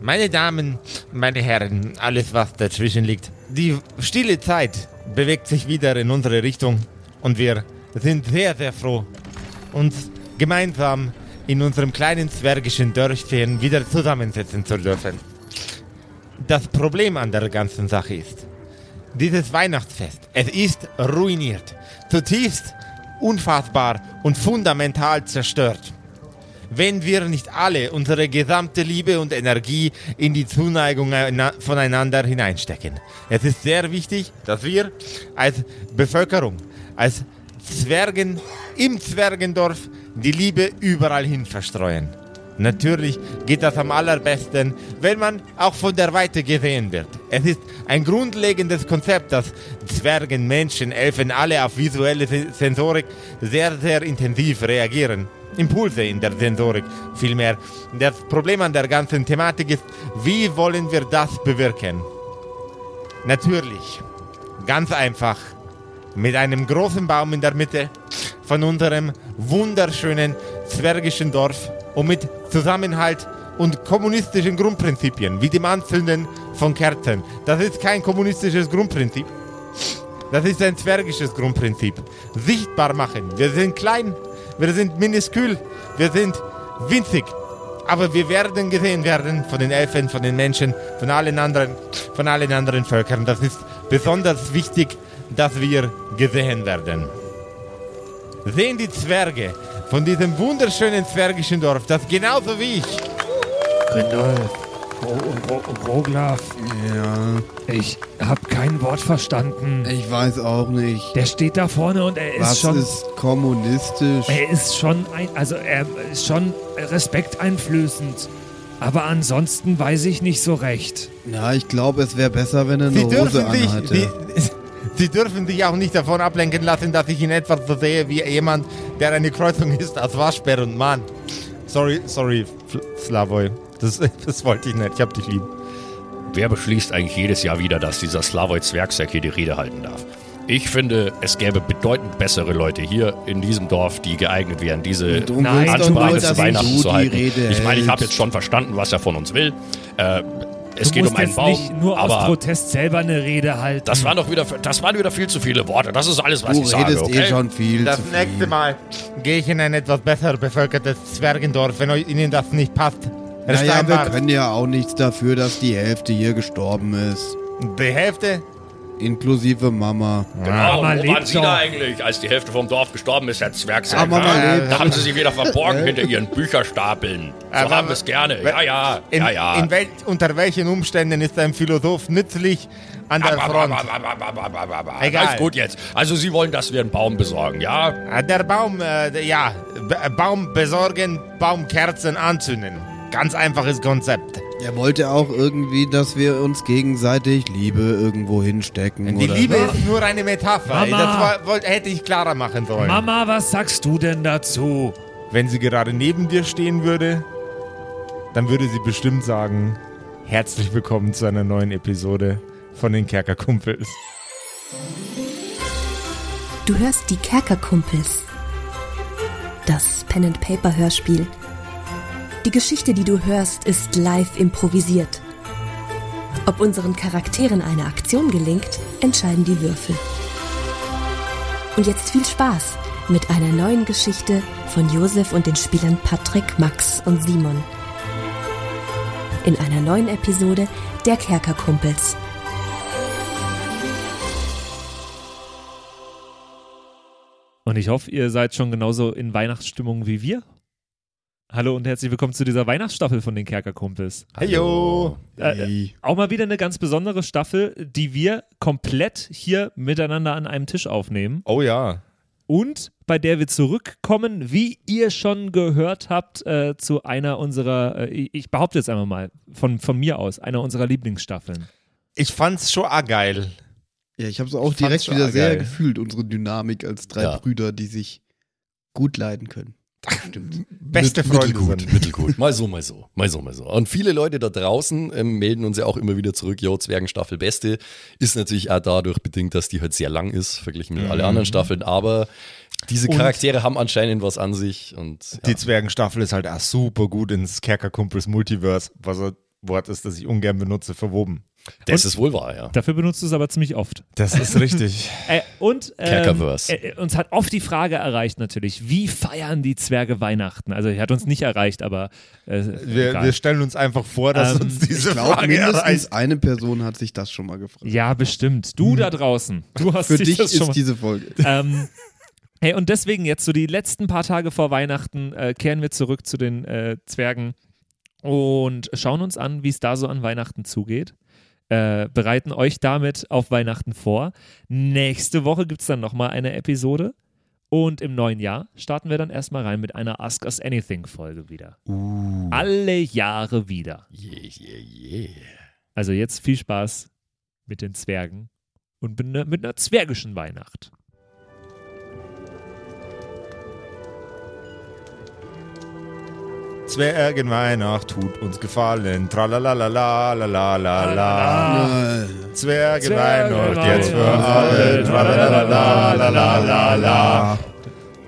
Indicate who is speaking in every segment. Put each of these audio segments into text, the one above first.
Speaker 1: Meine Damen, meine Herren, alles was dazwischen liegt. Die stille Zeit bewegt sich wieder in unsere Richtung und wir sind sehr, sehr froh, uns gemeinsam in unserem kleinen zwergischen Dörfchen wieder zusammensetzen zu dürfen. Das Problem an der ganzen Sache ist, dieses Weihnachtsfest, es ist ruiniert, zutiefst unfassbar und fundamental zerstört wenn wir nicht alle unsere gesamte Liebe und Energie in die Zuneigung eina- voneinander hineinstecken. Es ist sehr wichtig, dass wir als Bevölkerung, als Zwergen im Zwergendorf die Liebe überall hin verstreuen. Natürlich geht das am allerbesten, wenn man auch von der Weite gesehen wird. Es ist ein grundlegendes Konzept, dass Zwergen, Menschen, Elfen alle auf visuelle Se- Sensorik sehr, sehr intensiv reagieren. Impulse in der Sensorik vielmehr. Das Problem an der ganzen Thematik ist, wie wollen wir das bewirken? Natürlich, ganz einfach, mit einem großen Baum in der Mitte von unserem wunderschönen zwergischen Dorf und mit Zusammenhalt und kommunistischen Grundprinzipien, wie dem Anzünden von Kerzen. Das ist kein kommunistisches Grundprinzip. Das ist ein zwergisches Grundprinzip. Sichtbar machen. Wir sind klein, wir sind miniskül, wir sind winzig. Aber wir werden gesehen werden von den Elfen, von den Menschen, von allen anderen, von allen anderen Völkern. Das ist besonders wichtig, dass wir gesehen werden. Sehen die Zwerge von diesem wunderschönen zwergischen Dorf, das genauso wie ich
Speaker 2: Grindolf, Roglaf,
Speaker 3: Ja,
Speaker 2: ich hab kein Wort
Speaker 4: Hm.
Speaker 2: verstanden.
Speaker 3: ich weiß auch nicht.
Speaker 2: Der steht da vorne und er ist
Speaker 3: Was
Speaker 2: schon.
Speaker 3: ist kommunistisch?
Speaker 2: er ist schon ein. Also er ist schon respekteinflößend. Aber ansonsten weiß ich nicht so recht.
Speaker 3: Ja, ich glaube, es wäre besser, wenn er eine
Speaker 1: Sie
Speaker 3: Hose
Speaker 1: dürfen, sich,
Speaker 3: anhatte.
Speaker 1: sie, sie dürfen sich auch nicht davon ablenken lassen, dass ich in etwas so sehe wie jemand, der eine Kreuzung ist als Waschbär und Mann. Sorry, sorry, Fl- Slavoj. Das, das wollte ich nicht. Ich hab dich lieb.
Speaker 4: Wer beschließt eigentlich jedes Jahr wieder, dass dieser Slavoj Zwergsack hier die Rede halten darf? Ich finde, es gäbe bedeutend bessere Leute hier in diesem Dorf, die geeignet wären, diese
Speaker 3: Du willst
Speaker 2: Nein,
Speaker 3: doch nur,
Speaker 4: Ansprache
Speaker 3: dass
Speaker 4: zu Weihnachten
Speaker 3: du
Speaker 4: zu
Speaker 3: die
Speaker 4: halten.
Speaker 3: Rede
Speaker 4: ich meine, ich
Speaker 3: hältst.
Speaker 4: habe jetzt schon verstanden, was er von uns will. Äh, es
Speaker 2: du
Speaker 4: geht
Speaker 2: musst
Speaker 4: um einen
Speaker 2: jetzt
Speaker 4: Baum,
Speaker 2: nicht nur aus
Speaker 4: aber
Speaker 2: Protest selber eine Rede halten.
Speaker 4: das waren doch wieder, das waren wieder viel zu viele Worte. Das ist alles, was
Speaker 3: Du
Speaker 4: ich
Speaker 3: redest
Speaker 4: sage. Okay?
Speaker 3: eh schon viel
Speaker 1: Das
Speaker 3: zu viel.
Speaker 1: nächste Mal gehe ich in ein etwas besser bevölkertes Zwergendorf, wenn euch Ihnen das nicht passt. Herr
Speaker 3: Naja, wir
Speaker 1: Steinbart,
Speaker 3: können ja auch nichts dafür, dass die Hälfte hier gestorben ist.
Speaker 1: die Hälfte?
Speaker 3: Inklusive Mama.
Speaker 4: Genau,
Speaker 2: Mama
Speaker 4: wo waren
Speaker 2: lebt
Speaker 4: Sie
Speaker 2: doch.
Speaker 4: da eigentlich, als die Hälfte vom Dorf gestorben ist, Herr Zwergsack?
Speaker 3: Ah, Mama
Speaker 4: ha?
Speaker 3: lebt.
Speaker 4: Da haben Sie sich wieder verborgen hinter Ihren Bücherstapeln. So
Speaker 1: Aber-
Speaker 4: haben wir es gerne. Ja, ja,
Speaker 1: In,
Speaker 4: ja, ja.
Speaker 1: In wel unter welchen Umständen ist ein Philosoph nützlich an der
Speaker 4: Ab, ab,
Speaker 1: Front?
Speaker 4: ab, ab, ab, ab, ab, ab, ab, ab.
Speaker 1: Egal.
Speaker 4: Alles gut jetzt. Also Sie wollen, dass wir einen Baum besorgen, ja?
Speaker 1: Ah, Der Baum, äh, ja, B Baum besorgen, Baumkerzen anzünden. Ganz einfaches Konzept.
Speaker 3: Er wollte auch irgendwie, dass wir uns gegenseitig Liebe irgendwo hinstecken.
Speaker 1: Die
Speaker 3: oder?
Speaker 1: Liebe ist nur eine Metapher.
Speaker 2: Mama.
Speaker 1: Das war, wollte, hätte ich klarer machen sollen.
Speaker 2: Mama, was sagst du denn dazu?
Speaker 1: Wenn sie gerade neben dir stehen würde, dann würde sie bestimmt sagen, herzlich willkommen zu einer neuen Episode von den Kerkerkumpels.
Speaker 5: Du hörst die Kerkerkumpels. Das Pen and Paper Hörspiel. Die Geschichte, die du hörst, ist live improvisiert. Ob unseren Charakteren eine Aktion gelingt, entscheiden die Würfel. Und jetzt viel Spaß mit einer neuen Geschichte von Josef und den Spielern Patrick, Max und Simon. In einer neuen Episode der Kerkerkumpels.
Speaker 6: Und ich hoffe, ihr seid schon genauso in Weihnachtsstimmung wie wir. Hallo und herzlich willkommen zu dieser Weihnachtsstaffel von den Kerkerkumpels.
Speaker 1: Heyo!
Speaker 6: Äh,
Speaker 3: Ey.
Speaker 6: auch mal wieder eine ganz besondere Staffel, die wir komplett hier miteinander an einem Tisch aufnehmen
Speaker 1: Oh ja.
Speaker 6: und bei der wir zurückkommen, wie ihr schon gehört habt, äh, zu einer unserer, äh, ich behaupte jetzt einmal mal, von, von mir aus, einer unserer Lieblingsstaffeln.
Speaker 1: Ich fand's schon auch geil.
Speaker 3: Ja, ich habe es auch
Speaker 1: Ich fand's
Speaker 3: direkt
Speaker 1: schon
Speaker 3: wieder sehr
Speaker 1: geil.
Speaker 3: gefühlt, unsere Dynamik als drei
Speaker 4: Ja.
Speaker 3: Brüder, die sich gut leiden können.
Speaker 1: Beste Freunde
Speaker 4: Mittelgut,
Speaker 1: sind.
Speaker 4: mittelgut. Mal so, mal so. Mal so, mal so. Und viele Leute da draußen ähm, melden uns ja auch immer wieder zurück. Jo, Zwergenstaffel Beste. Ist natürlich auch dadurch bedingt, dass die halt sehr lang ist, verglichen mit
Speaker 3: Mhm.
Speaker 4: alle anderen Staffeln. Aber diese Charaktere haben anscheinend was an sich. Und ja.
Speaker 1: Die Zwergenstaffel ist halt auch super gut ins Kerkerkumpels Multiverse, was er Wort ist, das ich ungern benutze, verwoben.
Speaker 4: Das ist wohl wahr, ja.
Speaker 6: Dafür benutzt du es aber ziemlich oft.
Speaker 1: Das ist richtig.
Speaker 6: Äh, und ähm,
Speaker 4: Kerkerverse.
Speaker 6: äh, uns hat oft die Frage erreicht natürlich, wie feiern die Zwerge Weihnachten? Also er hat uns nicht erreicht, aber äh,
Speaker 1: Wir,
Speaker 6: egal.
Speaker 1: wir stellen uns einfach vor, dass
Speaker 6: Ähm,
Speaker 1: uns diese
Speaker 3: Glaub,
Speaker 1: Frage
Speaker 3: mindestens
Speaker 1: erreicht.
Speaker 3: eine Person hat sich das schon mal gefragt.
Speaker 6: ja, bestimmt. Du da draußen, du hast
Speaker 3: Für
Speaker 6: dich
Speaker 3: dich
Speaker 6: das schon
Speaker 3: ist
Speaker 6: mal
Speaker 3: diese Folge.
Speaker 6: ähm, hey, und deswegen jetzt so die letzten paar Tage vor Weihnachten äh, kehren wir zurück zu den äh, Zwergen und schauen uns an, wie es da so an Weihnachten zugeht. Äh, bereiten euch damit auf Weihnachten vor. Nächste Woche gibt es dann nochmal eine Episode. Und im neuen Jahr starten wir dann erstmal rein mit einer Ask Us Anything-Folge wieder. Alle Jahre wieder.
Speaker 4: Uh. Yeah, yeah, yeah.
Speaker 6: Also jetzt viel Spaß mit den Zwergen und mit ner- mit einer zwergischen Weihnacht.
Speaker 1: Zwergenweihnacht tut uns gefallen. Tralalala, lalalala.
Speaker 3: Ah,
Speaker 2: genau.
Speaker 1: Zwergenweihnacht jetzt für
Speaker 2: Also,
Speaker 1: alle. Tralalala, lalalala.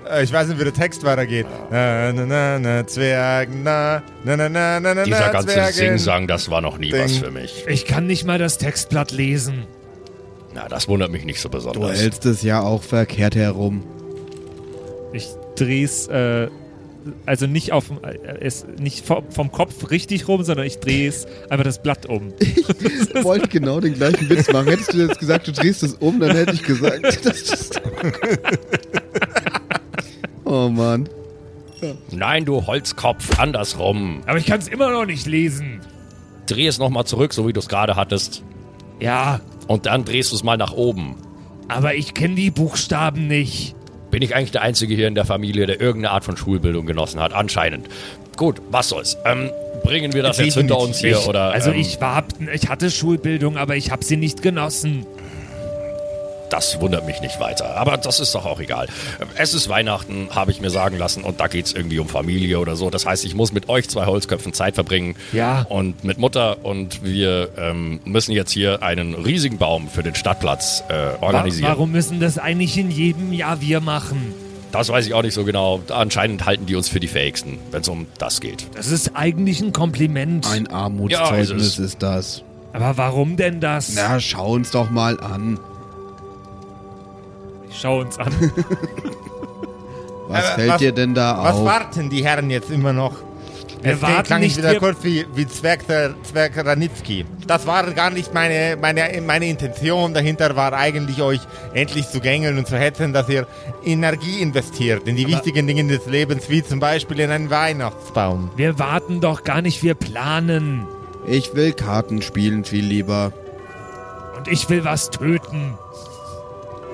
Speaker 1: Äh, Ich weiß nicht, wie der Text weitergeht. Na, na, na, na, Zwergen, na, na, na, na, na, na,
Speaker 4: Dieser ganze
Speaker 1: Zwergen.
Speaker 4: Sing-Sang, das war noch nie
Speaker 1: Ding.
Speaker 4: was für mich.
Speaker 2: Ich kann nicht mal das Textblatt lesen.
Speaker 4: Na, das wundert mich nicht so
Speaker 3: Du
Speaker 4: besonders.
Speaker 3: hältst es ja auch verkehrt herum.
Speaker 6: Ich dreh's äh, also nicht auf äh, es nicht vom, vom Kopf richtig rum, sondern ich dreh's einfach das Blatt um.
Speaker 3: Ich wollte genau den gleichen Witz machen. Hättest du jetzt gesagt, du drehst es um, dann hätte ich gesagt, das ist Oh Mann.
Speaker 4: Nein, du Holzkopf, andersrum.
Speaker 2: Aber ich kann es immer noch nicht lesen.
Speaker 4: Dreh es nochmal zurück, so wie du es gerade hattest.
Speaker 2: Ja,
Speaker 4: Und dann drehst du es mal nach oben.
Speaker 2: aber ich kenne die Buchstaben nicht.
Speaker 4: Bin ich eigentlich der Einzige hier in der Familie, der irgendeine Art von Schulbildung genossen hat? Anscheinend. Gut, was soll's. Ähm, bringen wir das jetzt hinter uns hier,
Speaker 2: ich,
Speaker 4: oder?
Speaker 2: also
Speaker 4: ähm,
Speaker 2: ich war, ich hatte Schulbildung, aber ich habe sie nicht genossen.
Speaker 4: Das wundert mich nicht weiter. Aber das ist doch auch egal. Es ist Weihnachten, habe ich mir sagen lassen. Und da geht's irgendwie um Familie oder so. Das heißt, ich muss mit euch zwei Holzköpfen Zeit verbringen.
Speaker 2: Ja.
Speaker 4: Und mit Mutter. Und wir ähm, müssen jetzt hier einen riesigen Baum für den Stadtplatz äh,
Speaker 2: Wa-
Speaker 4: organisieren.
Speaker 2: Warum müssen das eigentlich in jedem Jahr wir machen?
Speaker 4: Das weiß ich auch nicht so genau. Anscheinend halten die uns für die Fähigsten, wenn es um das geht.
Speaker 2: Das ist eigentlich ein Kompliment.
Speaker 3: Ein
Speaker 4: Ja, ist es.
Speaker 3: Armutszeugnis ist das.
Speaker 2: aber warum denn das?
Speaker 3: Na, schau uns doch mal an.
Speaker 6: Schau uns an.
Speaker 3: Was
Speaker 1: Aber
Speaker 3: fällt
Speaker 1: was-
Speaker 3: dir denn da
Speaker 1: Was
Speaker 3: auf?
Speaker 1: warten die Herren jetzt immer noch?
Speaker 2: wir
Speaker 1: Jetzt klingt-
Speaker 2: warten
Speaker 1: klang
Speaker 2: nicht.
Speaker 1: ich wieder
Speaker 2: wir-
Speaker 1: kurz wie, wie Zwerg, der- Zwerg Ranitzky. Das war gar nicht meine, meine, meine Intention. Dahinter war eigentlich, euch endlich zu gängeln und zu hetzen, dass ihr Energie investiert in die wichtigen Dinge des Lebens, wie zum Beispiel in einen Weihnachtsbaum.
Speaker 2: Wir warten doch gar nicht, wir planen.
Speaker 3: Ich will Karten spielen viel lieber.
Speaker 2: Und ich will was töten.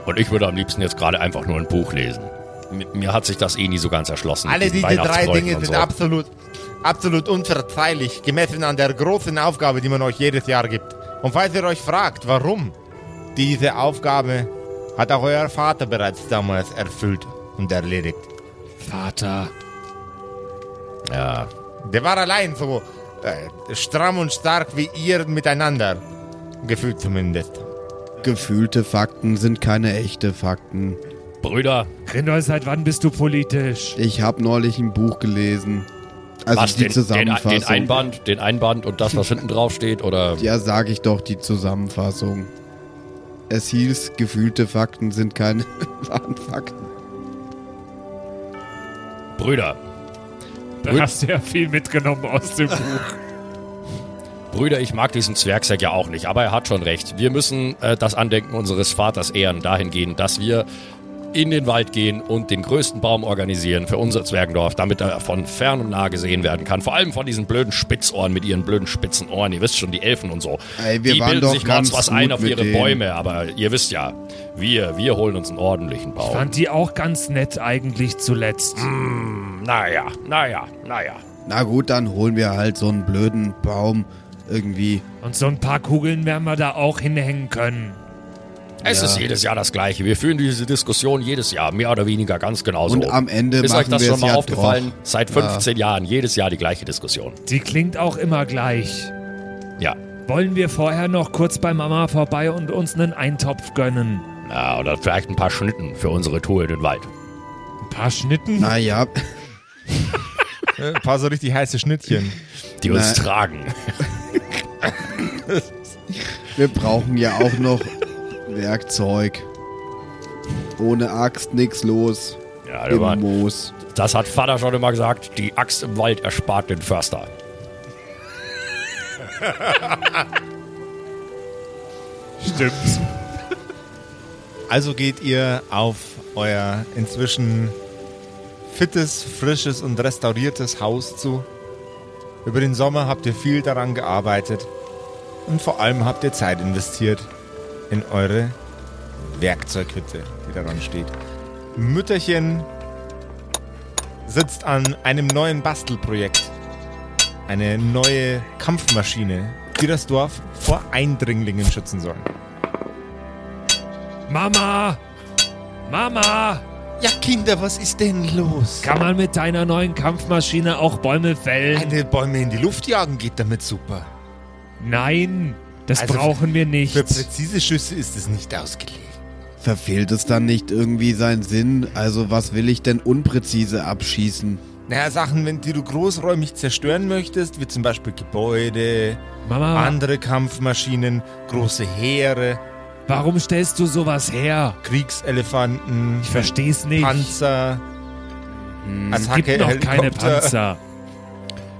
Speaker 4: Und ich würde am liebsten jetzt gerade einfach nur ein Buch lesen. M- Mir hat sich das eh nie so ganz erschlossen. mit
Speaker 1: Alle
Speaker 4: diesen
Speaker 1: diese drei
Speaker 4: Weihnachtsbräuten
Speaker 1: Dinge
Speaker 4: und
Speaker 1: sind
Speaker 4: so.
Speaker 1: absolut, absolut unverzeihlich, gemessen an der großen Aufgabe, die man euch jedes Jahr gibt. Und falls ihr euch fragt, warum, diese Aufgabe hat auch euer Vater bereits damals erfüllt und erledigt.
Speaker 2: Vater.
Speaker 4: Ja,
Speaker 1: Der war allein so äh, stramm und stark wie ihr miteinander. Gefühlt zumindest.
Speaker 3: Gefühlte Fakten sind keine echte Fakten.
Speaker 4: Brüder,
Speaker 2: Grindel, seit wann bist du politisch?
Speaker 3: Ich habe neulich ein Buch gelesen. Also
Speaker 4: was
Speaker 3: die
Speaker 4: den, den,
Speaker 3: Zusammenfassung.
Speaker 4: den Einband, den Einband und das, was hinten drauf steht, oder?
Speaker 3: Ja, sag ich doch die Zusammenfassung. Es hieß, gefühlte Fakten sind keine wahren Fakten.
Speaker 4: Brüder,
Speaker 2: Da
Speaker 4: Gut.
Speaker 2: hast du ja viel mitgenommen aus dem Buch.
Speaker 4: Brüder, ich mag diesen Zwergsack ja auch nicht, aber er hat schon recht. Wir müssen äh, das Andenken unseres Vaters ehren, dahingehend, dass wir in den Wald gehen und den größten Baum organisieren für unser Zwergendorf, damit er von fern und nah gesehen werden kann. Vor allem von diesen blöden Spitzohren mit ihren blöden spitzen Ohren. Ihr wisst schon, die Elfen und so.
Speaker 3: Ey, wir
Speaker 4: die
Speaker 3: waren
Speaker 4: bilden
Speaker 3: doch
Speaker 4: sich morgens
Speaker 3: ganz
Speaker 4: was ein
Speaker 3: gut
Speaker 4: auf
Speaker 3: mit
Speaker 4: ihre
Speaker 3: denen.
Speaker 4: Bäume, aber ihr wisst ja, wir, wir holen uns einen ordentlichen Baum.
Speaker 2: Fand die auch ganz nett eigentlich zuletzt.
Speaker 4: Naja, naja, naja.
Speaker 3: Na gut, dann holen wir halt so einen blöden Baum irgendwie.
Speaker 2: Und so ein paar Kugeln werden wir da auch hinhängen können.
Speaker 4: Es ist jedes Jahr das Gleiche. Wir führen diese Diskussion jedes Jahr, mehr oder weniger ganz genauso.
Speaker 3: Und am Ende
Speaker 4: Oh. Ist euch
Speaker 3: machen
Speaker 4: das
Speaker 3: wir
Speaker 4: schon
Speaker 3: es
Speaker 4: mal
Speaker 3: ja
Speaker 4: aufgefallen?
Speaker 3: doch.
Speaker 4: Seit 15 Jahren, jedes Jahr die gleiche Diskussion.
Speaker 2: Die klingt auch immer gleich.
Speaker 4: Ja.
Speaker 2: Wollen wir vorher noch kurz bei Mama vorbei und uns einen Eintopf gönnen?
Speaker 4: Na, oder vielleicht ein paar Schnitten für unsere Tour in den Wald.
Speaker 2: Ein paar Schnitten?
Speaker 3: Naja,
Speaker 1: Ein paar so richtig heiße Schnittchen.
Speaker 4: Die uns
Speaker 3: Na.
Speaker 4: tragen.
Speaker 3: Wir brauchen ja auch noch Werkzeug. Ohne Axt nix los.
Speaker 4: Ja,
Speaker 3: Im Moos.
Speaker 4: das hat Vater schon immer gesagt. Die Axt im Wald erspart den Förster.
Speaker 6: Stimmt.
Speaker 1: Also geht ihr auf euer inzwischen fittes, frisches und restauriertes Haus zu. Über den Sommer habt ihr viel daran gearbeitet und vor allem habt ihr Zeit investiert in eure Werkzeughütte, die daran steht. Mütterchen sitzt an einem neuen Bastelprojekt. Eine neue Kampfmaschine, die das Dorf vor Eindringlingen schützen soll.
Speaker 6: Mama! Mama!
Speaker 1: Ja, Kinder, was ist denn los?
Speaker 6: Kann man mit deiner neuen Kampfmaschine auch Bäume fällen?
Speaker 1: Eine Bäume in die Luft jagen geht damit super.
Speaker 6: Nein, das
Speaker 1: Also
Speaker 6: brauchen wir nicht.
Speaker 1: Für präzise Schüsse ist es nicht ausgelegt.
Speaker 3: Verfehlt es dann nicht irgendwie seinen Sinn? Also was will ich denn unpräzise abschießen?
Speaker 1: Naja, Sachen, wenn die du großräumig zerstören möchtest, wie zum Beispiel Gebäude,
Speaker 6: Mama,
Speaker 1: andere Kampfmaschinen, große Heere,
Speaker 6: warum stellst du sowas her?
Speaker 1: Kriegselefanten,
Speaker 6: Ich versteh's nicht.
Speaker 1: Panzer,
Speaker 6: Es gibt
Speaker 1: Attacke,
Speaker 6: noch keine
Speaker 1: Helikopter.
Speaker 6: Panzer.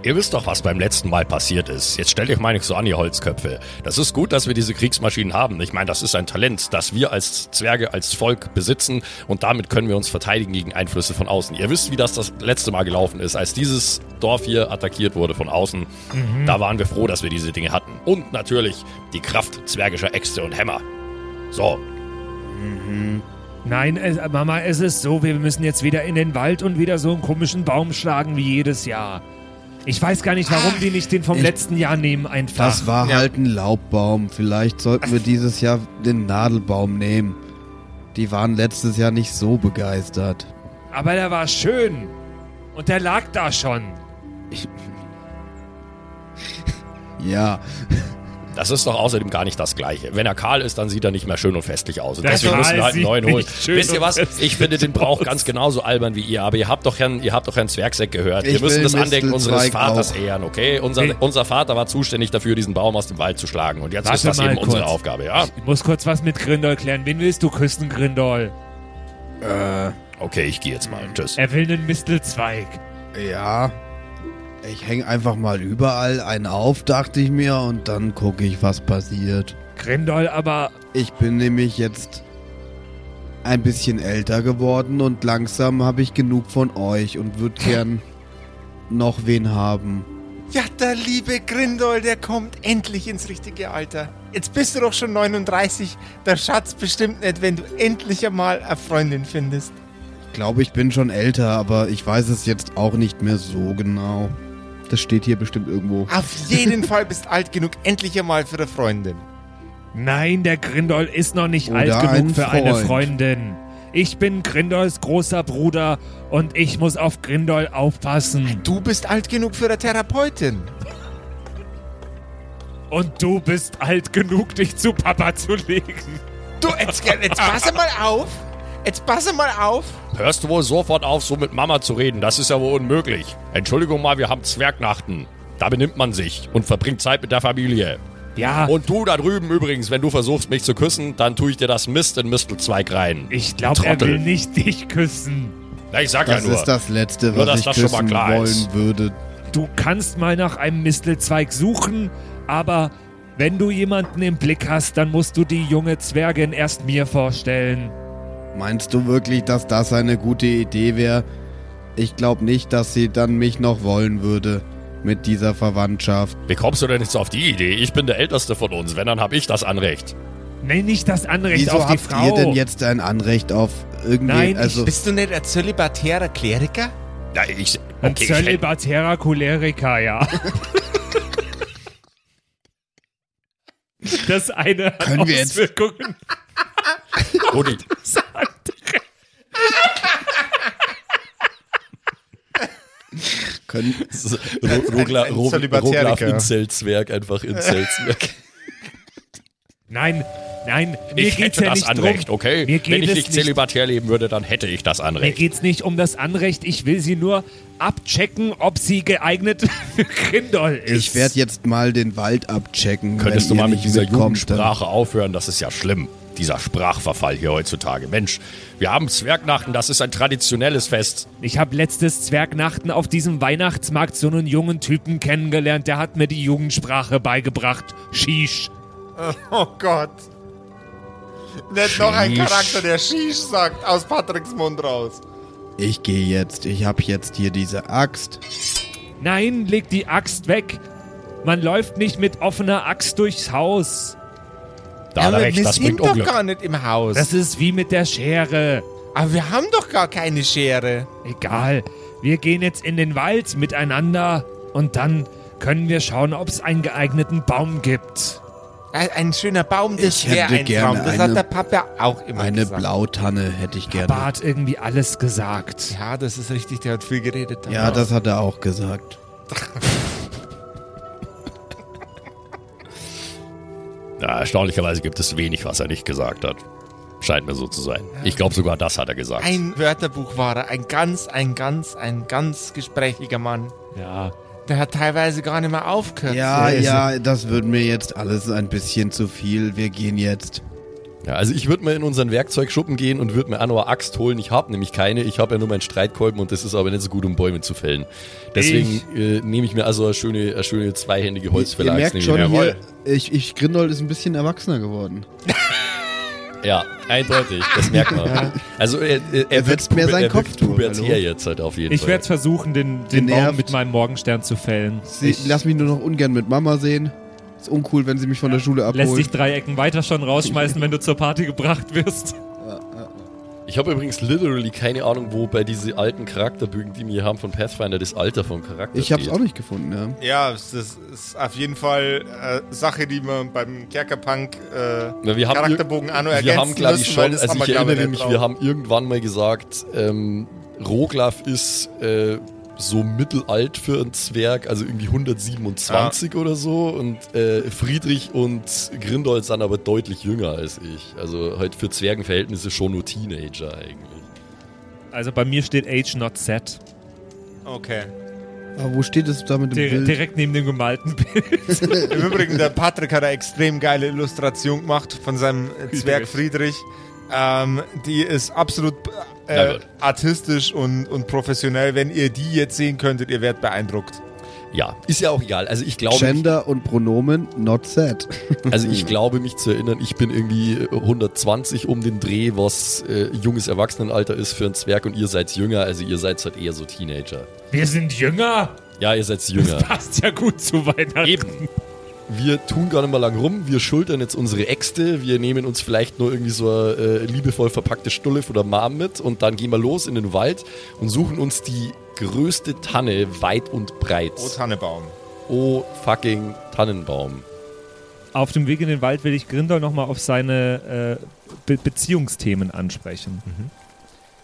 Speaker 4: Ihr wisst doch, was beim letzten Mal passiert ist. Jetzt stellt euch mal nicht so an, ihr Holzköpfe. Das ist gut, dass wir diese Kriegsmaschinen haben. Ich meine, das ist ein Talent, das wir als Zwerge, als Volk besitzen und damit können wir uns verteidigen gegen Einflüsse von außen. Ihr wisst, wie das das letzte Mal gelaufen ist, als dieses Dorf hier attackiert wurde von außen. Da waren wir froh, dass wir diese Dinge hatten. Und natürlich die Kraft zwergischer Äxte und Hämmer. So,
Speaker 6: Nein, es, Mama, es ist so, wir müssen jetzt wieder in den Wald und wieder so einen komischen Baum schlagen wie jedes Jahr. Ich weiß gar nicht, warum die nicht den vom letzten Jahr nehmen einfach.
Speaker 3: Das war
Speaker 1: ja.
Speaker 3: halt ein Laubbaum. Vielleicht sollten wir dieses Jahr den Nadelbaum nehmen. Die waren letztes Jahr nicht so begeistert.
Speaker 6: Aber der war schön. Und der lag da schon.
Speaker 3: Ja,
Speaker 4: das ist doch außerdem gar nicht das Gleiche. Wenn er kahl ist, dann sieht er nicht mehr schön und festlich aus. Und
Speaker 6: Der
Speaker 4: deswegen
Speaker 6: Kahl
Speaker 4: müssen wir halt einen
Speaker 6: sieht
Speaker 4: neuen
Speaker 6: nicht
Speaker 4: holen.
Speaker 6: schön
Speaker 4: Wisst ihr
Speaker 6: und
Speaker 4: was?
Speaker 6: festlich
Speaker 4: Ich finde den Brauch
Speaker 6: aus.
Speaker 4: ganz genauso albern wie ihr, aber ihr habt doch ja, ihr habt doch Herrn Zwergsack gehört.
Speaker 3: Ich
Speaker 4: wir müssen
Speaker 3: will
Speaker 4: das Andenken unseres
Speaker 3: Mistelzweig
Speaker 4: Vaters
Speaker 3: auch.
Speaker 4: ehren, okay? Unser,
Speaker 6: Nee.
Speaker 4: unser Vater war zuständig dafür, diesen Baum aus dem Wald zu schlagen. Und jetzt
Speaker 6: Warte
Speaker 4: ist das
Speaker 6: mal
Speaker 4: eben unsere
Speaker 6: kurz.
Speaker 4: Aufgabe, ja?
Speaker 6: Ich muss kurz was mit Grindol klären. Wen willst du küssen, Grindol?
Speaker 4: Okay, ich gehe jetzt mal. Tschüss.
Speaker 6: Er will einen Mistelzweig.
Speaker 3: ja. Ich hänge einfach mal überall einen auf, dachte ich mir, und dann gucke ich, was passiert.
Speaker 6: Grindol aber...
Speaker 3: Ich bin nämlich jetzt ein bisschen älter geworden und langsam habe ich genug von euch und würde gern noch wen haben.
Speaker 1: Ja, der liebe Grindol, der kommt endlich ins richtige Alter. Jetzt bist du doch schon 39. Der Schatz bestimmt nicht, wenn du endlich einmal eine Freundin findest.
Speaker 3: Ich glaube, ich bin schon älter, aber ich weiß es jetzt auch nicht mehr so genau. Das steht hier bestimmt irgendwo.
Speaker 1: Auf jeden Fall bist alt genug, endlich einmal für eine Freundin.
Speaker 6: Nein, der Grindol ist noch nicht
Speaker 3: Oder
Speaker 6: alt genug
Speaker 3: einen
Speaker 6: für eine
Speaker 3: Freund.
Speaker 6: Freundin. Ich bin Grindols großer Bruder und ich muss auf Grindol aufpassen.
Speaker 1: Du bist alt genug für eine Therapeutin.
Speaker 6: Und du bist alt genug, dich zu Papa zu legen.
Speaker 1: Du, jetzt, jetzt pass mal auf. Jetzt pass mal auf.
Speaker 4: Hörst du wohl sofort auf, so mit Mama zu reden? Das ist ja wohl unmöglich. Entschuldigung mal, wir haben Zwergnachten. Da benimmt man sich und verbringt Zeit mit der Familie.
Speaker 6: Ja,
Speaker 4: Und du da drüben übrigens, wenn du versuchst, mich zu küssen, dann tue ich dir das Mist in Mistelzweig rein.
Speaker 6: ich glaube, er
Speaker 4: Trottel.
Speaker 6: will nicht dich küssen.
Speaker 4: Na, ich sag
Speaker 3: Das
Speaker 4: ja nur.
Speaker 3: ist das Letzte, was
Speaker 4: Nur, dass
Speaker 3: ich
Speaker 4: das schon mal
Speaker 3: küssen
Speaker 4: klar
Speaker 3: wollen
Speaker 4: ist.
Speaker 3: würde.
Speaker 6: Du kannst mal nach einem Mistelzweig suchen, aber wenn du jemanden im Blick hast, dann musst du die junge Zwergin erst mir vorstellen.
Speaker 3: Meinst du wirklich, dass das eine gute Idee wäre? Ich glaube nicht, dass sie dann mich noch wollen würde mit dieser Verwandtschaft.
Speaker 4: Wie kommst du denn jetzt auf die Idee? Ich bin der Älteste von uns. Wenn, dann hab ich das Anrecht.
Speaker 6: Nenn nicht das Anrecht
Speaker 3: Wieso
Speaker 6: auf die
Speaker 3: habt
Speaker 6: Frau.
Speaker 3: ihr denn jetzt ein Anrecht auf irgendwie?
Speaker 6: Nein, ich
Speaker 3: also
Speaker 1: Bist du nicht ein zölibatärer Kleriker?
Speaker 4: Na, ich,
Speaker 6: Ein
Speaker 4: okay, ich hätte,
Speaker 6: Zölibatärer Choleriker, ja. Das eine hat
Speaker 3: Können wir jetzt-
Speaker 6: Auswirkungen.
Speaker 4: gut, ich,
Speaker 3: können,
Speaker 1: Rogla- ein Ro- Zölibatäriker. Roglaf
Speaker 4: Inzelzwerg, einfach Inzelzwerg.
Speaker 6: Nein, Nein, mir
Speaker 7: Ich
Speaker 6: geht's
Speaker 7: hätte
Speaker 6: ja
Speaker 7: das
Speaker 6: nicht
Speaker 7: Anrecht,
Speaker 6: drum.
Speaker 7: okay?
Speaker 6: Mir geht
Speaker 7: Wenn ich
Speaker 6: es
Speaker 7: nicht
Speaker 6: nicht
Speaker 7: zelibatär leben würde, dann hätte ich das
Speaker 6: Mir
Speaker 7: Anrecht.
Speaker 6: geht's nicht um das Anrecht. Ich will sie nur abchecken, ob sie geeignet für Grindol ist.
Speaker 3: Ich werde jetzt mal den Wald abchecken.
Speaker 7: Könntest du
Speaker 3: wenn ihr
Speaker 7: mal mit
Speaker 3: nicht
Speaker 7: dieser
Speaker 3: mitkommt, dann-
Speaker 7: Jugendsprache aufhören? Das ist ja schlimm. Dieser Sprachverfall hier heutzutage. Mensch, wir haben Zwergnachten, das ist ein traditionelles Fest.
Speaker 6: Ich habe letztes Zwergnachten auf diesem Weihnachtsmarkt so einen jungen Typen kennengelernt, der hat mir die Jugendsprache beigebracht. Shish.
Speaker 1: Oh Gott. Nicht noch ein
Speaker 7: Sheesh.
Speaker 1: Charakter, der Shish sagt, aus Patricks Mund raus.
Speaker 3: Ich gehe jetzt. Ich habe jetzt hier diese Axt.
Speaker 6: Nein, leg die Axt weg. Man läuft nicht mit offener Axt durchs Haus.
Speaker 7: Da hat er recht, das bringt
Speaker 1: doch
Speaker 7: Unglück.
Speaker 1: gar nicht im Haus.
Speaker 6: Das ist wie mit der Schere.
Speaker 1: Aber wir haben doch gar keine Schere.
Speaker 6: Egal. Wir gehen jetzt in den Wald miteinander und dann können wir schauen, ob es einen geeigneten Baum gibt.
Speaker 1: Ein ein schöner Baum, das
Speaker 3: Ich hätte
Speaker 1: wäre ein
Speaker 3: gerne
Speaker 1: Traum. Das
Speaker 3: eine-
Speaker 1: hat der Papa auch immer
Speaker 3: Eine
Speaker 1: gesagt.
Speaker 3: Blautanne hätte ich gerne.
Speaker 6: Papa hat irgendwie alles gesagt.
Speaker 1: Ja, das ist richtig, der hat viel geredet.
Speaker 3: Ja, das hat er auch gesagt.
Speaker 7: Ja, erstaunlicherweise gibt es wenig, was er nicht gesagt hat. Scheint mir so zu sein. Ich glaube, sogar das hat er gesagt.
Speaker 1: Ein Wörterbuch war er. Ein ganz, ein ganz, ein ganz gesprächiger Mann.
Speaker 6: Ja.
Speaker 1: Der hat teilweise gar nicht mehr aufgehört.
Speaker 3: Ja,
Speaker 1: zu lesen.
Speaker 3: ja, das wird mir jetzt alles ein bisschen zu viel. Wir gehen jetzt.
Speaker 7: Ja, also ich würde mal in unseren Werkzeugschuppen gehen und würde mir Anor Axt holen. Ich habe nämlich keine. Ich habe ja nur meinen Streitkolben und das ist aber nicht so gut, um Bäume zu fällen. Deswegen äh, nehme ich mir also eine schöne, eine schöne zweihändige Holzfäller.
Speaker 3: Ihr merkt schon, hier, ich, ich, Grindold ist ein bisschen erwachsener geworden.
Speaker 7: Ja, eindeutig. Das merkt man. Also er, er,
Speaker 3: Er setzt
Speaker 7: wirkt
Speaker 3: mehr
Speaker 7: puber-
Speaker 3: seinen
Speaker 7: er
Speaker 3: Kopf
Speaker 7: wirkt
Speaker 3: durch,
Speaker 7: pubertär
Speaker 3: hallo?
Speaker 7: jetzt halt auf jeden
Speaker 8: Ich
Speaker 7: Fall.
Speaker 8: werde versuchen, den, den Baum
Speaker 3: Genervt.
Speaker 8: mit meinem Morgenstern zu fällen.
Speaker 3: Sie, lass mich nur noch ungern mit Mama sehen. Ist uncool, wenn sie mich von der Schule abholt.
Speaker 8: Lässt dich drei Ecken weiter schon rausschmeißen, wenn du zur Party gebracht wirst.
Speaker 7: Ich habe übrigens literally keine Ahnung, wo bei diese alten Charakterbögen, die wir hier haben von Pathfinder, das Alter vom Charakter
Speaker 3: ich hab's
Speaker 7: steht.
Speaker 3: auch nicht gefunden, ja.
Speaker 9: Ja, das ist auf jeden Fall äh, Sache, die man beim Kerkerpunk äh,
Speaker 7: Na, wir haben
Speaker 9: Charakterbogen Anno
Speaker 7: Wir
Speaker 9: ergänzen
Speaker 7: haben, glaube ich,
Speaker 9: müssen, weil
Speaker 7: schon,
Speaker 9: das
Speaker 7: also
Speaker 9: haben wir,
Speaker 7: ich
Speaker 9: glaub
Speaker 7: erinnere
Speaker 9: nicht
Speaker 7: mich,
Speaker 9: drauf.
Speaker 7: wir haben irgendwann mal gesagt, ähm, Roglaf ist äh, so mittelalt für einen Zwerg, also irgendwie 127 oder so. Und äh, Friedrich und Grindold sind aber deutlich jünger als ich. Also halt für Zwergenverhältnisse schon nur Teenager eigentlich.
Speaker 8: Also bei mir steht Age not set.
Speaker 9: Okay.
Speaker 3: Aber wo steht es da mit dem
Speaker 8: Dir
Speaker 3: Bild?
Speaker 8: direkt neben dem gemalten Bild.
Speaker 9: Im Übrigen, der Patrick hat eine extrem geile Illustration gemacht von seinem Zwerg Friedrich. Ähm, die ist absolut
Speaker 7: Na
Speaker 9: äh,
Speaker 7: gut.
Speaker 9: artistisch und, und professionell. Wenn ihr die jetzt sehen könntet, ihr werdet beeindruckt.
Speaker 7: Ja, ist ja auch egal. Also ich glaube,
Speaker 3: Gender und Pronomen, not sad.
Speaker 7: Also ich glaube mich zu erinnern, ich bin irgendwie äh, 120 um den Dreh, was äh, junges Erwachsenenalter ist für einen Zwerg und ihr seid jünger, also ihr seid halt eher so Teenager.
Speaker 6: Wir sind jünger.
Speaker 7: Ja, ihr seid
Speaker 6: Das
Speaker 7: jünger.
Speaker 6: passt ja gut zu Weihnachten.
Speaker 7: Eben. Wir tun gar nicht mal lang rum, wir schultern jetzt unsere Äxte, wir nehmen uns vielleicht nur irgendwie so eine äh, liebevoll verpackte Stulle von der Mom mit und dann gehen wir los in den Wald und suchen uns die größte Tanne weit und breit.
Speaker 9: Oh, Tannebaum.
Speaker 7: Oh fucking Tannenbaum.
Speaker 8: Auf dem Weg in den Wald will ich Grindel nochmal auf seine äh, Be Beziehungsthemen ansprechen.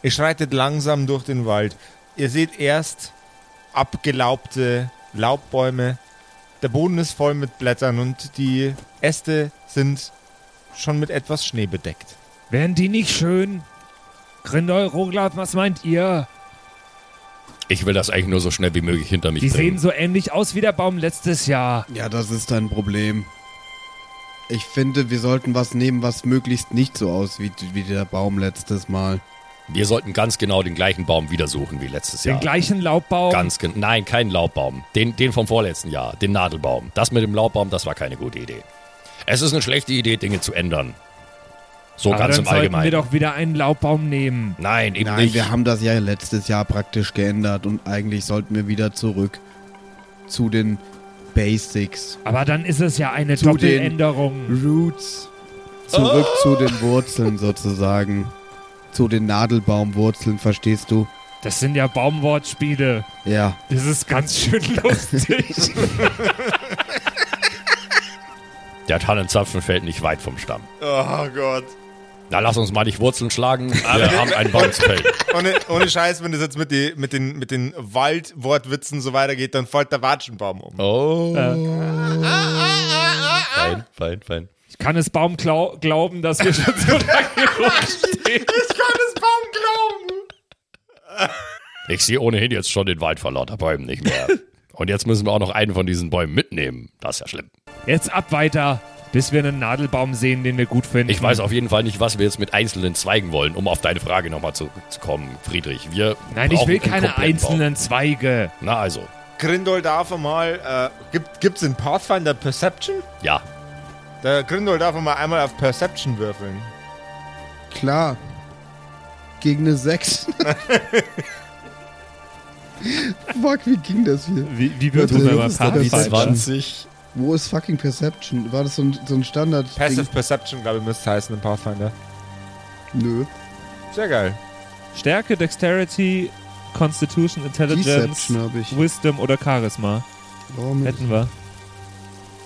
Speaker 9: Ihr schreitet langsam durch den Wald. Ihr seht erst abgelaubte Laubbäume. Der Boden ist voll mit Blättern und die Äste sind schon mit etwas Schnee bedeckt.
Speaker 6: Wären die nicht schön? Grindol, Roglaf, was meint ihr?
Speaker 7: Ich will das eigentlich nur so schnell wie möglich hinter mich
Speaker 6: Die sehen so ähnlich aus wie der Baum letztes Jahr.
Speaker 3: Ja, das ist ein Problem. Ich finde, wir sollten was nehmen, was möglichst nicht so aussieht wie der Baum letztes Mal.
Speaker 7: Wir sollten ganz genau den gleichen Baum wieder suchen wie letztes Jahr.
Speaker 6: Den gleichen Laubbaum.
Speaker 7: Ganz genau. Nein, keinen Laubbaum. Den, den vom vorletzten Jahr, den Nadelbaum. Das mit dem Laubbaum, das war keine gute Idee. Es ist eine schlechte Idee, Dinge zu ändern. So
Speaker 6: Aber
Speaker 7: ganz
Speaker 6: dann
Speaker 7: im
Speaker 6: sollten wir
Speaker 7: Allgemeinen.
Speaker 6: doch wieder einen Laubbaum nehmen.
Speaker 7: Nein, eben
Speaker 3: Nein,
Speaker 7: nicht.
Speaker 3: wir haben das ja letztes Jahr praktisch geändert und eigentlich sollten wir wieder zurück zu den Basics.
Speaker 6: Aber dann ist es ja eine
Speaker 3: Zu den-
Speaker 6: Doppeländerung.
Speaker 3: Roots. Zurück zu den Wurzeln sozusagen. Zu den Nadelbaumwurzeln, verstehst du?
Speaker 6: Das sind ja Baumwortspiele.
Speaker 3: Ja.
Speaker 6: Das ist ganz schön lustig.
Speaker 7: Der Tannenzapfen fällt nicht weit vom Stamm.
Speaker 9: Oh Gott.
Speaker 7: Na, lass uns mal die Wurzeln schlagen. Wir haben einen Baum zu fällen.
Speaker 9: Ohne, ohne Scheiß, wenn das jetzt mit, die, mit den, mit den Waldwortwitzen so weitergeht, dann fällt der Watschenbaum um.
Speaker 7: Oh. Fein, fein, fein.
Speaker 6: Ich kann es Baum glau glauben, dass wir schon so lange hier rumstehen.
Speaker 4: Ich sehe ohnehin jetzt schon den Wald vor lauter Bäumen nicht mehr. Und jetzt müssen wir auch noch einen von diesen Bäumen mitnehmen. Das ist ja schlimm.
Speaker 6: Jetzt ab weiter, bis wir einen Nadelbaum sehen, den wir gut finden.
Speaker 4: Ich weiß auf jeden Fall nicht, was wir jetzt mit einzelnen Zweigen wollen, um auf deine Frage nochmal zurückzukommen, Friedrich. Wir
Speaker 6: Nein, ich
Speaker 4: brauchen
Speaker 6: will
Speaker 4: einen
Speaker 6: keine
Speaker 4: kompletten
Speaker 6: einzelnen Zweige.
Speaker 4: Baum. Na also,
Speaker 9: Grindol darf mal, äh, gibt, gibt's in Pathfinder Perception?
Speaker 4: ja.
Speaker 9: Der Grindol Äh, darf mal einmal auf Perception würfeln.
Speaker 3: Klar. Gegen eine 6. Fuck, wie ging das hier?
Speaker 6: Wie, wie
Speaker 3: wird
Speaker 6: wird
Speaker 3: Das man ist bei
Speaker 6: man
Speaker 3: das Pathfinder?
Speaker 4: Die
Speaker 3: Falsch.
Speaker 4: 20.
Speaker 3: Wo ist fucking Perception? War das so ein, so ein Standard?
Speaker 9: Passive Perception, glaube ich, müsste es heißen in Pathfinder.
Speaker 3: Nö.
Speaker 9: Sehr geil.
Speaker 6: Stärke, Dexterity, Constitution, Intelligence,
Speaker 3: Deception habe ich.
Speaker 6: Wisdom oder Charisma.
Speaker 3: Warum nicht?
Speaker 6: Hätten wir.